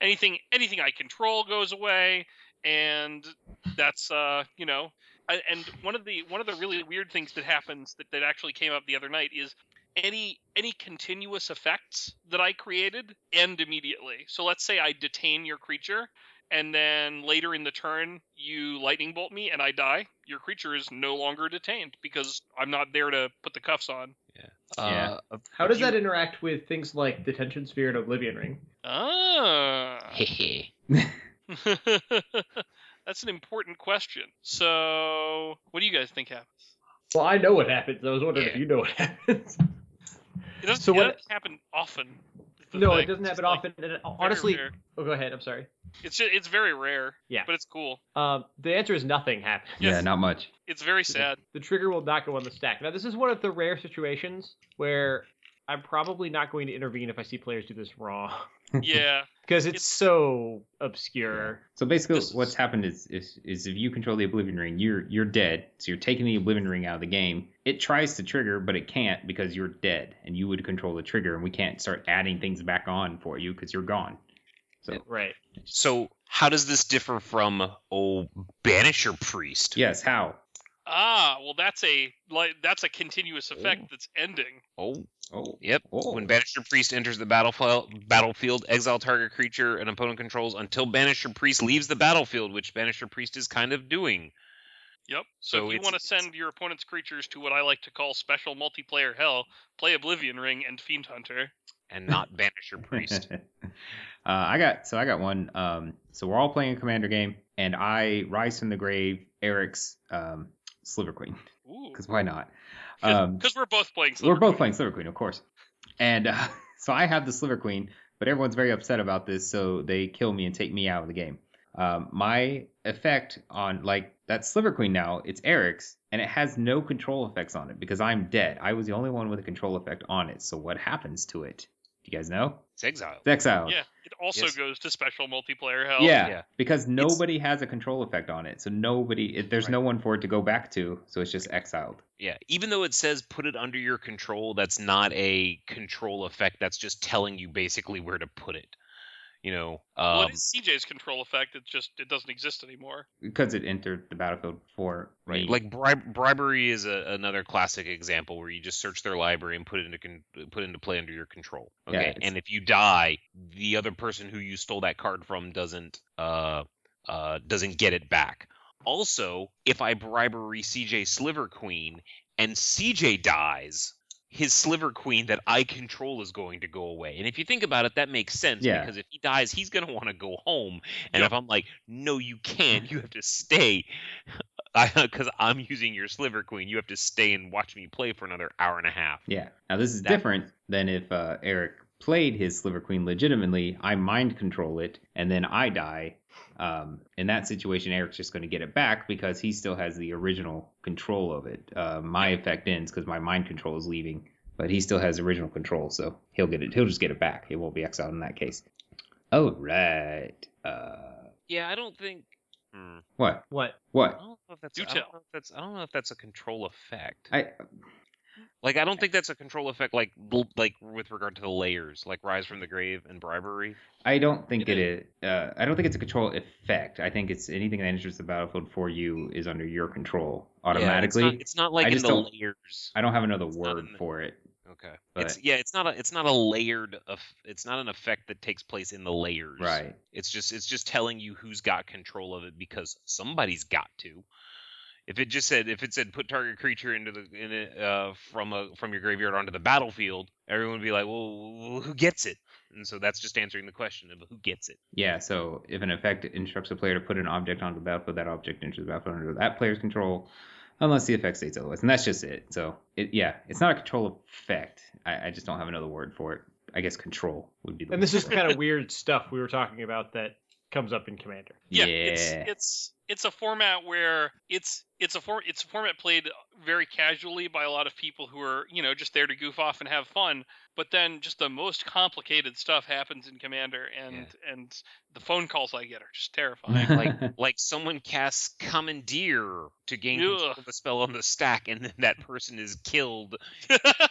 Speaker 3: Anything anything I control goes away and that's uh, you know, I, and one of the one of the really weird things that happens that, that actually came up the other night is any any continuous effects that I created end immediately. So let's say I detain your creature and then later in the turn you lightning bolt me and I die, your creature is no longer detained because I'm not there to put the cuffs on.
Speaker 1: uh,
Speaker 4: How does that interact with things like Detention Sphere and Oblivion Ring?
Speaker 3: Ah.
Speaker 1: Hehe.
Speaker 3: That's an important question. So, what do you guys think happens?
Speaker 4: Well, I know what happens. I was wondering if
Speaker 1: Yeah.
Speaker 4: you know what happens.
Speaker 3: It doesn't,
Speaker 4: So
Speaker 3: it
Speaker 4: what-
Speaker 3: doesn't happen often. is the
Speaker 4: no,
Speaker 3: thing.
Speaker 4: it doesn't
Speaker 3: It's
Speaker 4: happen
Speaker 3: like
Speaker 4: often. And it-
Speaker 3: very
Speaker 4: honestly,
Speaker 3: rare.
Speaker 4: oh, go ahead. I'm sorry.
Speaker 3: it's just, it's very rare.
Speaker 4: Yeah.
Speaker 3: but it's cool.
Speaker 4: Um, the answer is nothing happens.
Speaker 2: Yeah,
Speaker 3: Yes.
Speaker 2: not much.
Speaker 3: It's very sad.
Speaker 4: The trigger will not go on the stack. Now, this is one of the rare situations where I'm probably not going to intervene if I see players do this wrong
Speaker 3: yeah,
Speaker 4: because it's,
Speaker 3: It's-
Speaker 4: so obscure.
Speaker 2: So basically,
Speaker 1: This-
Speaker 2: what's happened is, is is if you control the Oblivion Ring, you're you're dead. So you're taking the Oblivion Ring out of the game. It tries to trigger, but it can't because you're dead, and you would control the trigger, and we can't start adding things back on for you because you're gone. So
Speaker 4: Right.
Speaker 1: So how does this differ from old Banisher Priest?
Speaker 2: yes, how?
Speaker 3: Ah, well, that's a like that's a continuous effect that's ending.
Speaker 1: Oh,
Speaker 2: Oh,
Speaker 1: yep.
Speaker 2: oh.
Speaker 1: When Banisher Priest enters the battlefield, battlefield, exile target creature an opponent controls until Banisher Priest leaves the battlefield, which Banisher Priest is kind of doing.
Speaker 3: Yep. So,
Speaker 1: So
Speaker 3: if you
Speaker 1: it's-
Speaker 3: want to
Speaker 1: it's-
Speaker 3: send your opponent's creatures to what I like to call special multiplayer hell, play Oblivion Ring and Fiend Hunter.
Speaker 1: And not Banisher Priest.
Speaker 2: Uh, I got so I got one. Um, so we're all playing a commander game, and I rise from the grave. Eric's um, Sliver Queen,
Speaker 3: Ooh.
Speaker 2: because why not?
Speaker 3: Because
Speaker 2: Um,
Speaker 3: we're both playing.
Speaker 2: we're
Speaker 3: Sliver
Speaker 2: both
Speaker 3: Queen.
Speaker 2: playing Sliver Queen, of course. And uh, so I have the Sliver Queen, but everyone's very upset about this, so they kill me and take me out of the game. Um, my effect on like that Sliver Queen now, it's Eric's, and it has no control effects on it because I'm dead. I was the only one with a control effect on it. So what happens to it? Do you guys know?
Speaker 1: It's exiled.
Speaker 2: It's exiled.
Speaker 3: Yeah, it also
Speaker 1: Yes.
Speaker 3: goes to special multiplayer hell.
Speaker 2: Yeah,
Speaker 1: Oh, Yeah.
Speaker 2: because nobody has a control effect on it, so nobody. It, there's no one for it to go back to, so it's just exiled.
Speaker 1: Yeah, even though it says put it under your control, that's not a control effect. That's just telling you basically where to put it. You know, um,
Speaker 3: what is CJ's control effect? It just it doesn't exist anymore.
Speaker 2: because it entered the battlefield for
Speaker 1: right?
Speaker 2: me.
Speaker 1: Like bri- bribery is a, another classic example where you just search their library and put it into con- put into play under your control.
Speaker 2: Yeah,
Speaker 1: Okay,
Speaker 2: it's-
Speaker 1: and if you die, the other person who you stole that card from doesn't uh uh doesn't get it back. Also, if I bribery CJ Sliver Queen and CJ dies, his Sliver Queen that I control is going to go away. And if you think about it, that makes sense
Speaker 2: Yeah.
Speaker 1: because if he dies, he's going to want to go home. And if I'm like, no, you can't, you have to stay because I'm using your Sliver Queen, you have to stay and watch me play for another hour and a half.
Speaker 2: Yeah. Now this is
Speaker 1: That-
Speaker 2: different than if uh, Eric played his Sliver Queen legitimately. I mind control it, and then I die. Um, in that situation, Eric's just going to get it back because he still has the original control of it. Uh, my effect ends because my mind control is leaving, but he still has original control, so he'll get it. He'll just get it back. It won't be exiled in that case. Oh right. Uh,
Speaker 1: Yeah, I don't think. Hmm.
Speaker 2: what?
Speaker 4: What?
Speaker 1: I
Speaker 2: What?
Speaker 1: don't know if that's.
Speaker 3: Do
Speaker 1: I
Speaker 3: tell.
Speaker 1: don't know if that's. I don't know if that's a control effect.
Speaker 2: I
Speaker 1: Like, I don't think that's a control effect. Like, l- like with regard to the layers, like rise from the grave and bribery.
Speaker 2: I don't think it
Speaker 3: It
Speaker 2: is. Uh, I don't think it's a control effect. I think it's anything that enters the battlefield for you is under your control automatically.
Speaker 1: Yeah, it's, not, it's not like
Speaker 2: I
Speaker 1: in
Speaker 2: just
Speaker 1: the
Speaker 2: don't-
Speaker 1: layers.
Speaker 2: I don't have another
Speaker 1: it's not
Speaker 2: word
Speaker 1: in the-
Speaker 2: for it.
Speaker 1: Okay.
Speaker 2: But-
Speaker 1: It's yeah. It's not a. It's not a layered. Of, it's not an effect that takes place in the layers.
Speaker 2: Right.
Speaker 1: It's just it's just telling you who's got control of it because somebody's got to. If it just said if it said put target creature into the in a, uh, from a from your graveyard onto the battlefield, everyone would be like, well, who gets it? And so that's just answering the question of who gets it.
Speaker 2: Yeah, so if an effect instructs a player to put an object onto the battlefield, that object enters the battlefield under that player's control, unless the effect states otherwise. And that's just it. So, it, yeah, it's not a control effect. I, I just don't have another word for it. I guess control would be the
Speaker 4: And
Speaker 2: word
Speaker 4: this is
Speaker 2: for it.
Speaker 4: kind of weird stuff we were talking about that comes up in Commander.
Speaker 3: Yeah,
Speaker 2: Yeah.
Speaker 3: it's it's it's a format where it's it's a form it's a format played very casually by a lot of people who are you know just there to goof off and have fun. But then just the most complicated stuff happens in Commander, and and the phone calls I get are just terrifying.
Speaker 1: Like like someone casts commandeer to gain control
Speaker 3: Ugh.
Speaker 1: of a spell on the stack, and then that person is killed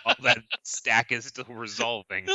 Speaker 1: while that stack is still resolving.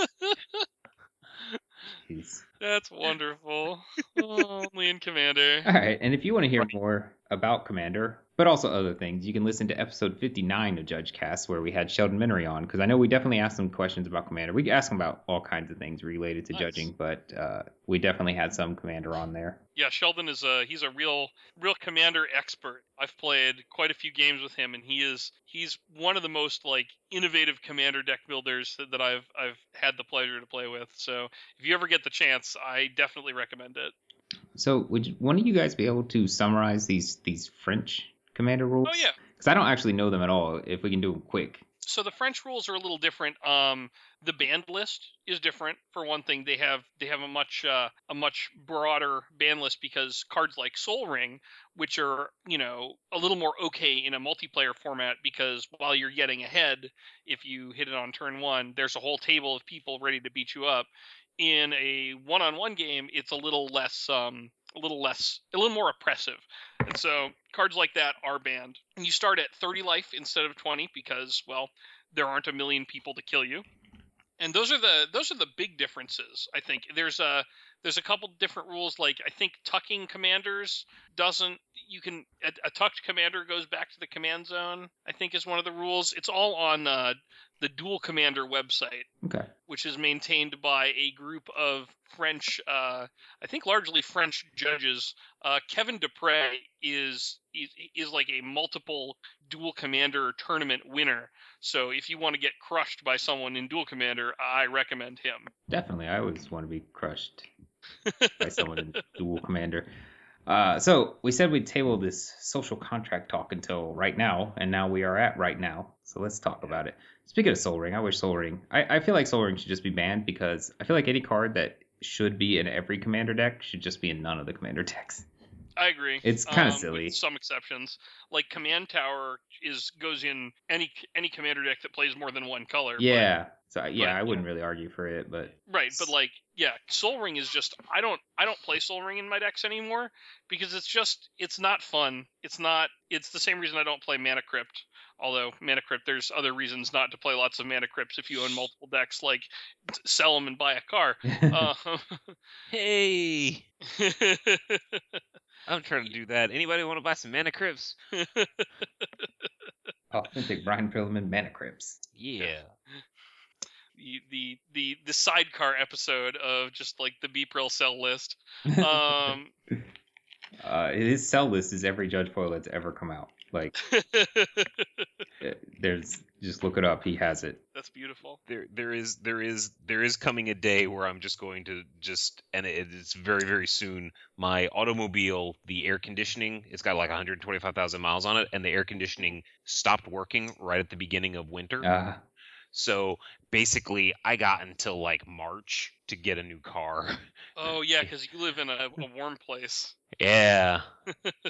Speaker 2: Jeez.
Speaker 3: That's wonderful. Only in Commander.
Speaker 2: All right. And if you want to hear more about Commander, but also other things, you can listen to episode 59 of Judge Cast, where we had Sheldon Minery on, because I know we definitely asked some questions about Commander. We asked him about all kinds of things related to
Speaker 3: Nice.
Speaker 2: judging, but uh, we definitely had some Commander on there.
Speaker 3: Yeah, Sheldon is a he's a real real commander expert. I've played quite a few games with him and he is he's one of the most like innovative commander deck builders that, that I've I've had the pleasure to play with. So, if you ever get the chance, I definitely recommend it.
Speaker 2: So would you, one of you guys be able to summarize these these French Commander rules?
Speaker 3: Oh yeah.
Speaker 2: Because I don't actually know them at all. If we can do them quick.
Speaker 3: So the French rules are a little different. Um the band list is different for one thing. They have they have a much uh, a much broader ban list because cards like Soul Ring which are you know a little more okay in a multiplayer format because while you're getting ahead if you hit it on turn one there's a whole table of people ready to beat you up in a one-on-one game it's a little less um a little less a little more oppressive and so cards like that are banned and you start at 30 life instead of 20 because well there aren't a million people to kill you and those are the those are the big differences i think there's a there's a couple different rules like i think tucking commanders doesn't you can a, a tucked commander goes back to the command zone i think is one of the rules it's all on uh, the dual commander website
Speaker 2: Okay.
Speaker 3: which is maintained by a group of french uh, i think largely french judges uh, kevin dupre is, is is like a multiple dual commander tournament winner so if you want to get crushed by someone in dual commander i recommend him
Speaker 2: Definitely. I always want to be crushed. by someone in Dual Commander. Uh, so we said we'd table this social contract talk until right now, and now we are at right now. So let's talk about it. Speaking of Soul Ring, I wish Soul Ring. I, I feel like Soul Ring should just be banned because I feel like any card that should be in every commander deck should just be in none of the commander decks.
Speaker 3: I agree. um,
Speaker 2: It's kinda
Speaker 3: with
Speaker 2: silly.
Speaker 3: Some exceptions, like Command Tower, is goes in any any commander deck that plays more than one color. but-
Speaker 2: Yeah. So yeah,
Speaker 3: but-
Speaker 2: I wouldn't really argue for it, but
Speaker 3: right, but like, yeah, Soul Ring is just I don't I don't play Soul Ring in my decks anymore because it's just it's not fun. It's not. It's the same reason I don't play Mana Crypt. Although Mana Crypt, there's other reasons not to play lots of Mana Crypts if you own multiple decks. Like, t- sell them and buy a car. Uh,
Speaker 1: Hey, I'm trying to do that. Anybody want to buy some mana crypts?
Speaker 2: authentic Brian Pillman mana crypts.
Speaker 1: Yeah.
Speaker 3: the the the the sidecar episode of just like the Beepril sell list. Um,
Speaker 2: Uh, his sell list is every Judge Foil that's ever come out. Like, uh, there's just look it up. He has it.
Speaker 3: that's beautiful.
Speaker 1: There, there is, there is, there is coming a day where I'm just going to just, and it, it's very, very soon. My automobile, the air conditioning, it's got like 125,000 miles on it, and the air conditioning stopped working right at the beginning of winter.
Speaker 2: Uh,
Speaker 1: So basically, I got until like March to get a new car.
Speaker 3: Oh yeah, because you live in a, a warm place.
Speaker 1: Yeah.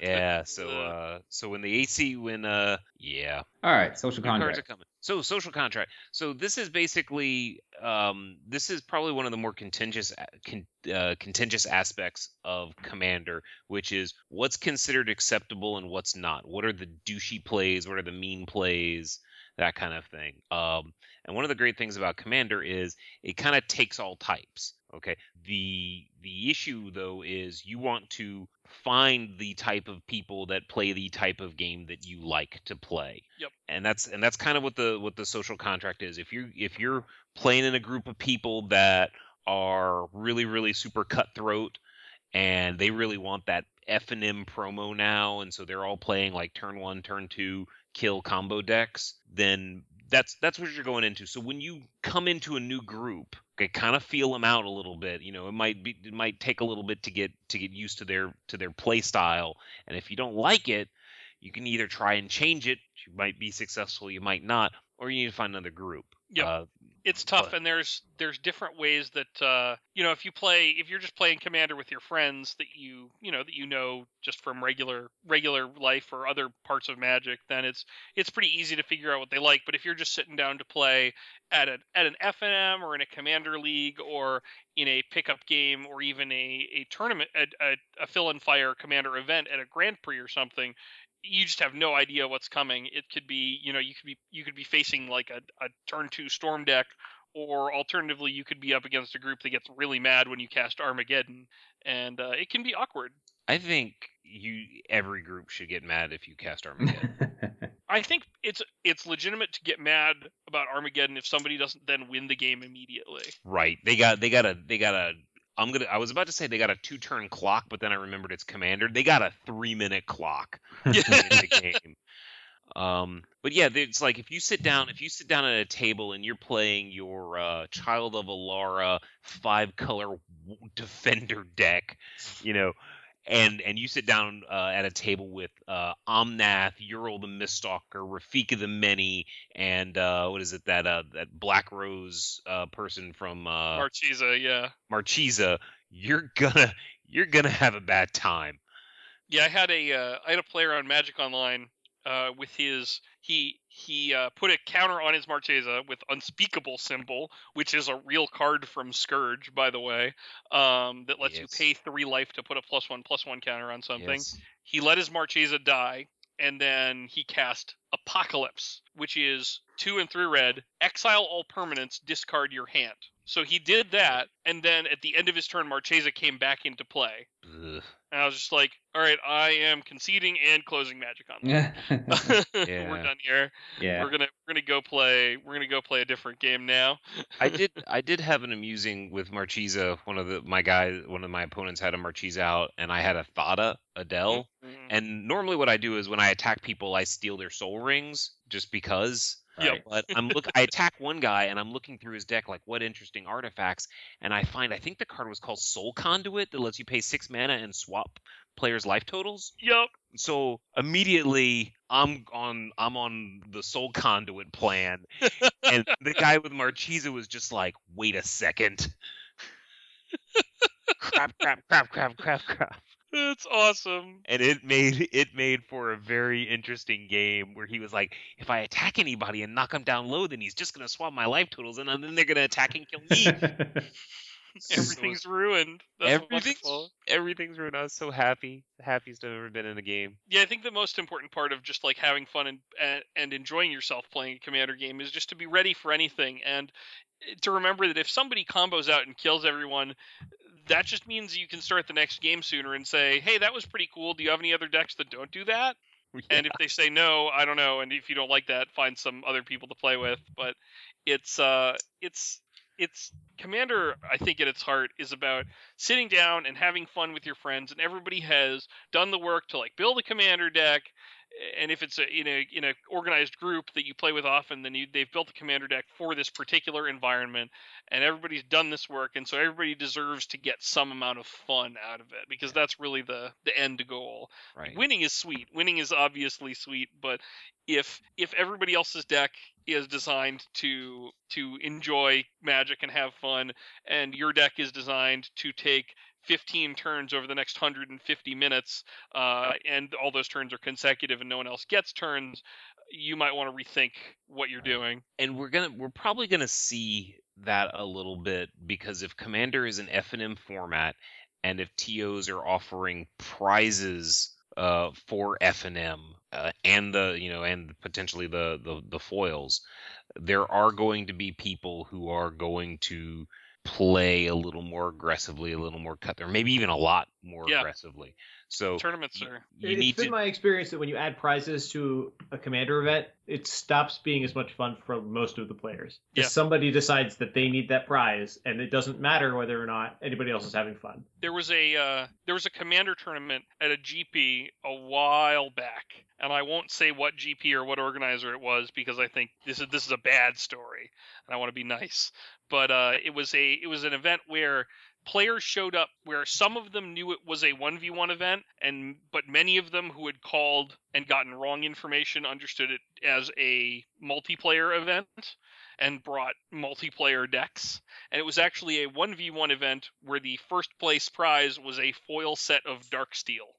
Speaker 1: Yeah. So
Speaker 3: Uh.
Speaker 1: uh so when the AC when uh yeah.
Speaker 2: all right, social
Speaker 1: New cards are
Speaker 2: contract.
Speaker 1: coming. So social contract. So this is basically um this is probably one of the more contentious a- con, uh, contentious aspects of commander, which is what's considered acceptable and what's not. What are the douchey plays, what are the mean plays, that kind of thing. Um and one of the great things about commander is it kind of takes all types okay the the issue though is you want to find the type of people that play the type of game that you like to play
Speaker 3: Yep.
Speaker 1: and that's and that's kind of what the what the social contract is if you if you're playing in a group of people that are really really super cutthroat and they really want that F and M promo now and so they're all playing like turn 1 turn 2 kill combo decks, then that's that's what you're going into. So when you come into a new group, okay, kind of feel them out a little bit. You know, it might be it might take a little bit to get to get used to their to their play style. And if you don't like it, you can either try and change it. You might be successful, you might not, or you need to find another group.
Speaker 3: Yep.
Speaker 1: Uh,
Speaker 3: It's tough,
Speaker 1: But-
Speaker 3: and there's there's different ways that uh, you know if you play if you're just playing Commander with your friends that you you know that you know just from regular regular life or other parts of Magic, then it's it's pretty easy to figure out what they like. But if you're just sitting down to play at an at an FNM or in a Commander League or in a pickup game or even a a tournament a, a, a fill and fire Commander event at a Grand Prix or something. You just have no idea what's coming. It could be, you know, you could be you could be facing like a, a turn two storm deck or alternatively you could be up against a group that gets really mad when you cast armageddon and uh, it can be awkward
Speaker 1: I think you every group should get mad if you cast Armageddon.
Speaker 3: i think it's it's legitimate to get mad about armageddon if somebody doesn't then win the game immediately
Speaker 1: Right. They got they got a they got a I'm gonna I was about to say they got a two turn clock, but then I remembered it's commander. They got a three minute clock in the game. Um but yeah, it's like if you sit down if you sit down at a table and you're playing your uh Child of Alara five color defender deck, you know, and and you sit down uh, at a table with uh Omnath, Ural the Mistalker, Rafika the Many, and uh, what is it that uh, that Black Rose uh, person from uh,
Speaker 3: marchesa yeah
Speaker 1: Marchesa, you're gonna you're gonna have a bad time.
Speaker 3: Yeah, I had a uh, I had a player on Magic Online uh, with his he he uh, put a counter on his Marchesa with Unspeakable Symbol, which is a real card from Scourge, by the way, um, that lets you
Speaker 1: Yes.
Speaker 3: pay three life to put a plus one plus one counter on something.
Speaker 1: Yes.
Speaker 3: He let his Marchesa die, and then he cast Apocalypse, which is two and three red, exile all permanents, discard your hand. So he did that, and then at the end of his turn, Marchesa came back into play.
Speaker 1: Ugh.
Speaker 3: And I was just like, all right, I am conceding and closing Magic Online.
Speaker 2: yeah.
Speaker 1: Yeah.
Speaker 3: We're done here. We're gonna we're gonna go play we're gonna go play a different game now.
Speaker 1: I did I did have an amusing with Marchesa. One of the my guy one of my opponents had a Marchesa out, and I had a Thada Adele.
Speaker 3: Mm.
Speaker 1: Mm-hmm. And normally what I do is when I attack people, I steal their soul rings just because.
Speaker 3: Yep.
Speaker 2: Right.
Speaker 1: But I'm look. I attack one guy, and I'm looking through his deck, like what interesting artifacts, and I find I think the card was called Soul Conduit that lets you pay six mana and swap players' life totals.
Speaker 3: Yep.
Speaker 1: So immediately I'm on I'm on the Soul Conduit plan, and the guy with Marchesa was just like, wait a second. crap, crap, crap, crap, crap, crap
Speaker 3: That's awesome.
Speaker 1: and it made it made for a very interesting game where he was like, if I attack anybody and knock him down low, then he's just gonna swap my life totals, and then they're gonna attack and kill me. So
Speaker 3: Everything's ruined. That's
Speaker 1: everything's
Speaker 3: wonderful.
Speaker 1: everything's ruined. I was so happy, the happiest I've ever been in a game.
Speaker 3: Yeah, I think the most important part of just like having fun and and- and enjoying yourself playing a commander game is just to be ready for anything and eh, to remember that if somebody combos out and kills everyone, that just means you can start the next game sooner and say, "Hey, that was pretty cool. Do you have any other decks that don't do that?" And if they say no, I don't know. And if you don't like that, find some other people to play with. But it's uh, it's it's Commander. I think at its heart is about sitting down and having fun with your friends, and everybody has done the work to like build a Commander deck. And if it's a, in a in a organized group that you play with often, then you, they've built a Commander deck for this particular environment, and everybody's done this work, and so everybody deserves to get some amount of fun out of it because that's really the the end goal
Speaker 1: right.
Speaker 3: winning is sweet winning is obviously sweet but if if everybody else's deck is designed to to enjoy magic and have fun and your deck is designed to take 15 turns over the next 150 minutes uh, and all those turns are consecutive and no one else gets turns you might want to rethink what you're doing
Speaker 1: and we're gonna we're probably gonna see that a little bit because if commander is an F and M format and if tos are offering prizes uh, for F and M uh, and the you know and potentially the, the the foils there are going to be people who are going to play a little more aggressively a little more cut or maybe even a lot more
Speaker 3: Yeah.
Speaker 1: aggressively so
Speaker 3: tournaments are
Speaker 1: you
Speaker 4: It's
Speaker 1: need
Speaker 4: been
Speaker 1: to
Speaker 4: my experience that when you add prizes to a commander event, it stops being as much fun for most of the players.
Speaker 3: Yeah.
Speaker 4: If somebody decides that they need that prize, and it doesn't matter whether or not anybody else is having fun.
Speaker 3: there was a uh, there was a commander tournament at a GP a while back, and I won't say what GP or what organizer it was because I think this is this is a bad story, and I want to be nice. But uh, it was a it was an event where players showed up where some of them knew it was a 1v1 event and but many of them who had called and gotten wrong information understood it as a multiplayer event and brought multiplayer decks and it was actually a 1v1 event where the first place prize was a foil set of Darksteel.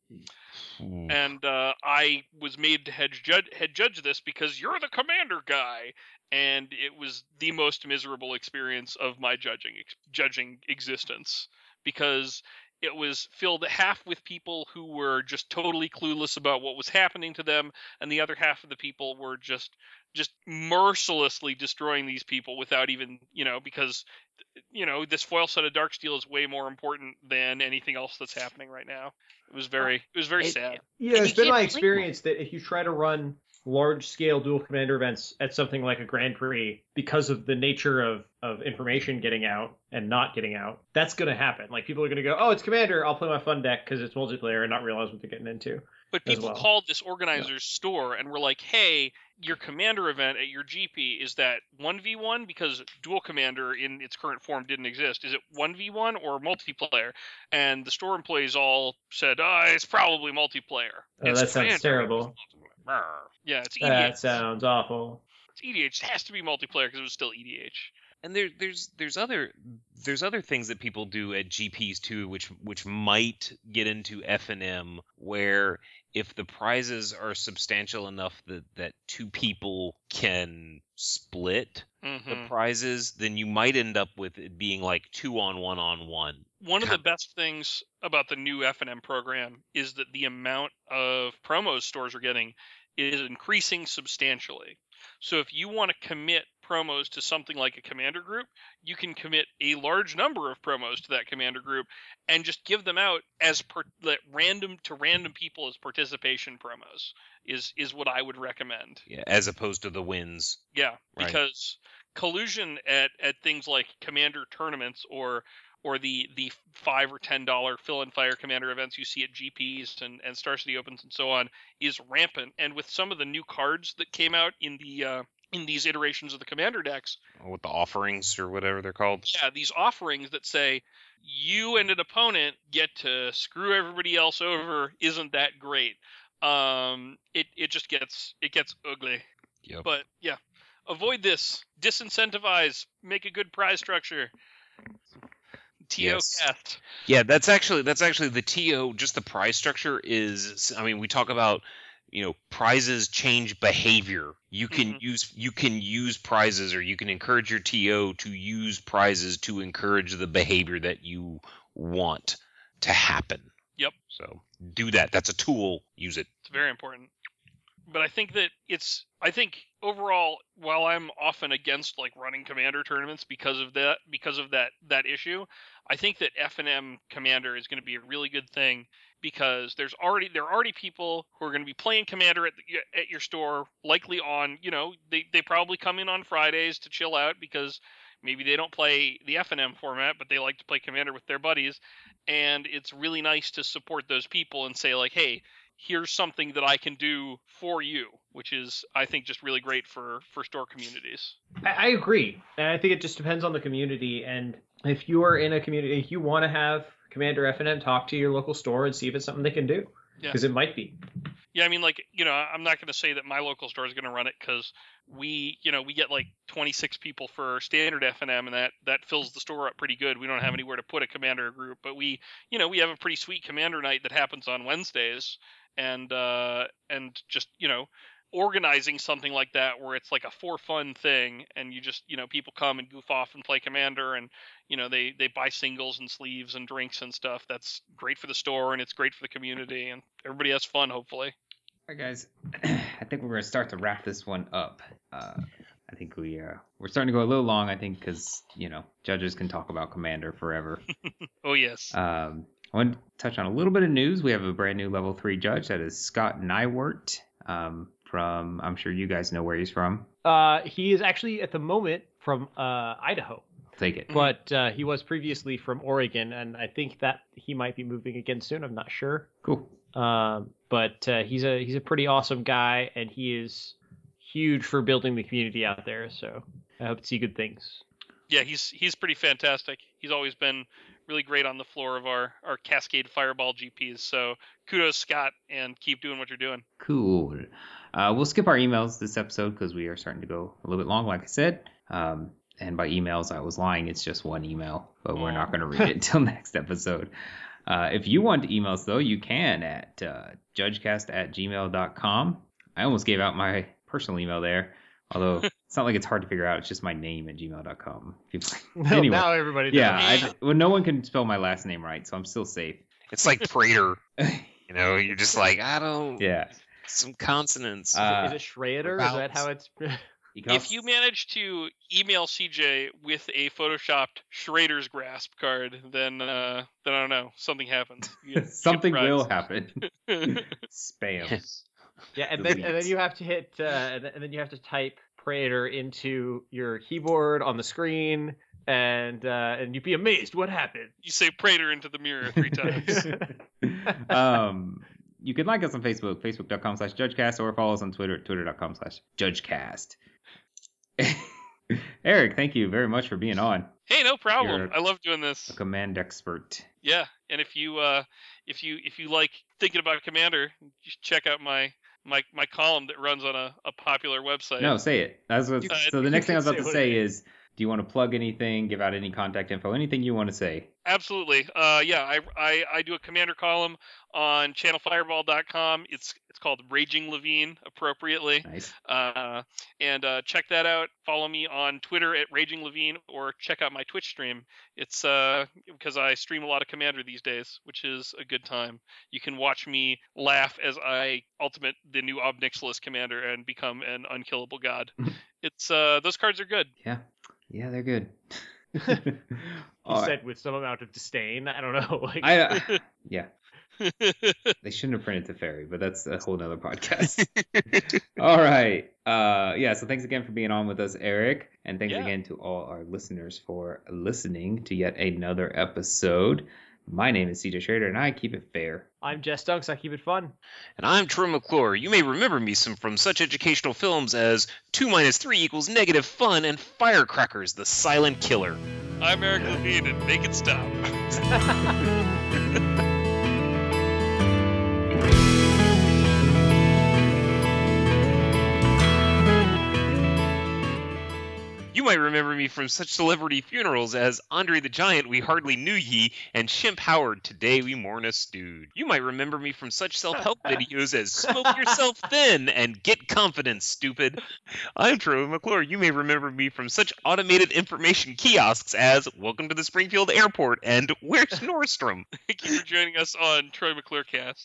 Speaker 1: Ooh.
Speaker 3: And uh, I was made to head judge, head judge this because you're the commander guy. And it was the most miserable experience of my judging ex- judging existence because it was filled half with people who were just totally clueless about what was happening to them, and the other half of the people were just just mercilessly destroying these people without even you know because you know this foil set of dark steel is way more important than anything else that's happening right now it was very it was very
Speaker 1: It-
Speaker 3: sad
Speaker 4: Yeah,
Speaker 1: And
Speaker 4: it's
Speaker 1: you
Speaker 4: been
Speaker 1: can't
Speaker 4: my
Speaker 1: blame
Speaker 4: experience that if you try to run large scale dual commander events at something like a Grand Prix, because of the nature of, of information getting out and not getting out, that's going to happen. Like people are going to go, oh, it's commander. I'll play my fun deck because it's multiplayer and not realize what they're getting into.
Speaker 3: But
Speaker 4: as
Speaker 3: people
Speaker 4: well.
Speaker 3: called this organizer's store and were like, "Hey, your commander event at your GP is that 1v1 because dual commander in its current form didn't exist. Is it 1v1 or multiplayer?" And the store employees all said, "Ah, it's probably multiplayer."
Speaker 4: Oh,
Speaker 3: It's
Speaker 4: that sounds
Speaker 3: commander.
Speaker 4: terrible.
Speaker 1: Brr.
Speaker 3: Yeah, it's EDH.
Speaker 4: That sounds awful.
Speaker 3: It's EDH. It has to be multiplayer because it was still E EDH.
Speaker 1: and there, there's there's other there's other things that people do at GPs too, which which might get into F and M, where if the prizes are substantial enough that that two people can split the
Speaker 3: Mhm.
Speaker 1: prizes, then you might end up with it being like two on one on one.
Speaker 3: One of the best things about the new F and M program is that the amount of promos stores are getting is increasing substantially. So if you want to commit promos to something like a commander group, you can commit a large number of promos to that commander group and just give them out as per, like, random to random people as participation promos is is what I would recommend.
Speaker 1: Yeah, as opposed to the wins.
Speaker 3: Yeah,
Speaker 1: Right.
Speaker 3: because collusion at, at things like commander tournaments or or the the five or ten dollar fill and fire commander events you see at GPs and, and Star City Opens and so on is rampant. And with some of the new cards that came out in the uh, in these iterations of the commander decks
Speaker 1: With the offerings or whatever they're called.
Speaker 3: yeah these offerings that say you and an opponent get to screw everybody else over isn't that great um it it just gets it gets ugly
Speaker 1: Yep.
Speaker 3: but yeah avoid this disincentivize make a good prize structure to
Speaker 1: Yes.
Speaker 3: cast
Speaker 1: Yeah, that's actually that's actually the TO. Just the prize structure is. I mean, we talk about you know prizes change behavior. You can
Speaker 3: Mhm.
Speaker 1: use you can use prizes, or you can encourage your TO to use prizes to encourage the behavior that you want to happen.
Speaker 3: Yep.
Speaker 1: So do that. That's a tool. Use it.
Speaker 3: It's very important. But I think that it's I think overall while I'm often against like running commander tournaments because of that because of that that issue, I think that F&M commander is going to be a really good thing because there's already there are already people who are going to be playing commander at the, at your store likely on, you know, they they probably come in on Fridays to chill out because maybe they don't play the F&M format but they like to play commander with their buddies and it's really nice to support those people and say like, "Hey, here's something that I can do for you, which is I think just really great for for store communities.
Speaker 4: I, I agree, and I think it just depends on the community. And if you are in a community, if you want to have Commander F and M talk to your local store and see if it's something they can do,
Speaker 3: Yeah.
Speaker 4: because it might be.
Speaker 3: Yeah, I mean like, you know, I'm not going to say that my local store is going to run it cuz we, you know, we get like 26 people for standard F&M and that that fills the store up pretty good. We don't have anywhere to put a commander group, but we, you know, we have a pretty sweet commander night that happens on Wednesdays and uh and just, you know, organizing something like that where it's like a for fun thing and you just, you know, people come and goof off and play commander and you know they they buy singles and sleeves and drinks and stuff that's great for the store and it's great for the community and everybody has fun hopefully
Speaker 2: All right, guys. I think we're gonna start to wrap this one up. Uh, I think we uh, we're starting to go a little long. I think because you know judges can talk about Commander forever.
Speaker 3: oh yes
Speaker 2: Um, I want to touch on a little bit of news. We have a brand new level three judge that is Scott Nywert um, from. I'm sure you guys know where he's from.
Speaker 4: Uh, he is actually at the moment from uh, Idaho,
Speaker 2: Take it.
Speaker 4: but uh, he was previously from Oregon, and I think that he might be moving again soon. I'm not sure.
Speaker 2: Cool.
Speaker 4: Um, but uh, he's a he's a pretty awesome guy, and he is huge for building the community out there. So I hope to see good things.
Speaker 3: yeah he's he's pretty fantastic he's always been really great on the floor of our our cascade fireball gps so kudos scott and keep doing what you're doing
Speaker 2: Cool. Uh, we'll skip our emails this episode because we are starting to go a little bit long, like I said. Um, and by emails, I was lying. It's just one email, but we're not going to read it until next episode. Uh, if you want to email us, though, you can at uh, judgecast at gmail.com. I almost gave out my personal email there, although it's not like it's hard to figure out. It's just my name at gmail.com. anyway,
Speaker 4: now everybody. Knows.
Speaker 2: yeah, I, well, no one can spell my last name right, so I'm still safe.
Speaker 1: It's like Prater. you know, you're just like I don't.
Speaker 2: yeah.
Speaker 1: Some consonants.
Speaker 2: Uh,
Speaker 4: is it Schrader? Is that how it's?
Speaker 2: can
Speaker 3: if
Speaker 2: also-
Speaker 3: you manage to email cj with a photoshopped schrader's grasp card then uh then i don't know something happens You get- you get
Speaker 2: something
Speaker 3: prize.
Speaker 2: will happen. Spam.
Speaker 4: yeah, and
Speaker 2: the
Speaker 4: then and then
Speaker 2: leads.
Speaker 4: you have to hit, uh, and then- and then you have to type Prater into your keyboard on the screen, and uh, and you'd be amazed what happened.
Speaker 3: you say prater into the mirror three times
Speaker 2: um, you can like us on Facebook, facebook.com slash judgecast, or follow us on Twitter at twitter.com slash judgecast. Eric, thank you very much for being on.
Speaker 3: Hey, no problem.
Speaker 2: You're-
Speaker 3: I love doing this.
Speaker 2: A command expert.
Speaker 3: Yeah, and if you uh, if you if you like thinking about Commander, you should check out my my my column that runs on a, a popular website.
Speaker 2: No, say it. That's what,
Speaker 3: Uh,
Speaker 2: so the next thing I was about
Speaker 4: Oh,
Speaker 2: to
Speaker 4: say what it
Speaker 2: say is, do you want to plug anything, give out any contact info, anything you want to say?
Speaker 3: Absolutely. Uh, yeah, I, I I do a Commander column on channelfireball.com. It's it's called Raging Levine, appropriately.
Speaker 2: Nice.
Speaker 3: Uh, and uh, check that out. Follow me on Twitter at Raging Levine, or check out my Twitch stream. It's uh, because I stream a lot of Commander these days, which is a good time. You can watch me laugh as I ultimate the new Obnixilis Commander and become an unkillable god. it's uh, those cards are good.
Speaker 2: Yeah. Yeah, they're good.
Speaker 4: He
Speaker 2: All right.
Speaker 4: said with some amount of disdain. I don't know. Like,
Speaker 2: I, uh yeah. they shouldn't have printed the fairy, but that's a whole nother podcast. all right. Uh, yeah. So thanks again for being on with us, Eric. And thanks
Speaker 3: Yeah.
Speaker 2: again to all our listeners for listening to yet another episode. My name is Cedar Schrader, and I keep it fair.
Speaker 4: I'm Jess Dunks. I keep it fun.
Speaker 1: And I'm Troy McClure. You may remember me some, from such educational films as 2 minus 3 equals negative fun and Firecrackers, the silent killer.
Speaker 3: I'm Eric Levine, and make it stop.
Speaker 1: You might remember me from such celebrity funerals as Andre the Giant, We Hardly Knew Ye, and Shimp Howard, Today We Mourn a Stooge. You might remember me from such self help videos as Smoke Yourself Thin and Get Confidence, Stupid. I'm Troy McClure. You may remember me from such automated information kiosks as Welcome to the Springfield Airport and Where's Nordstrom?
Speaker 3: Thank you for joining us on Troy McClure Cast.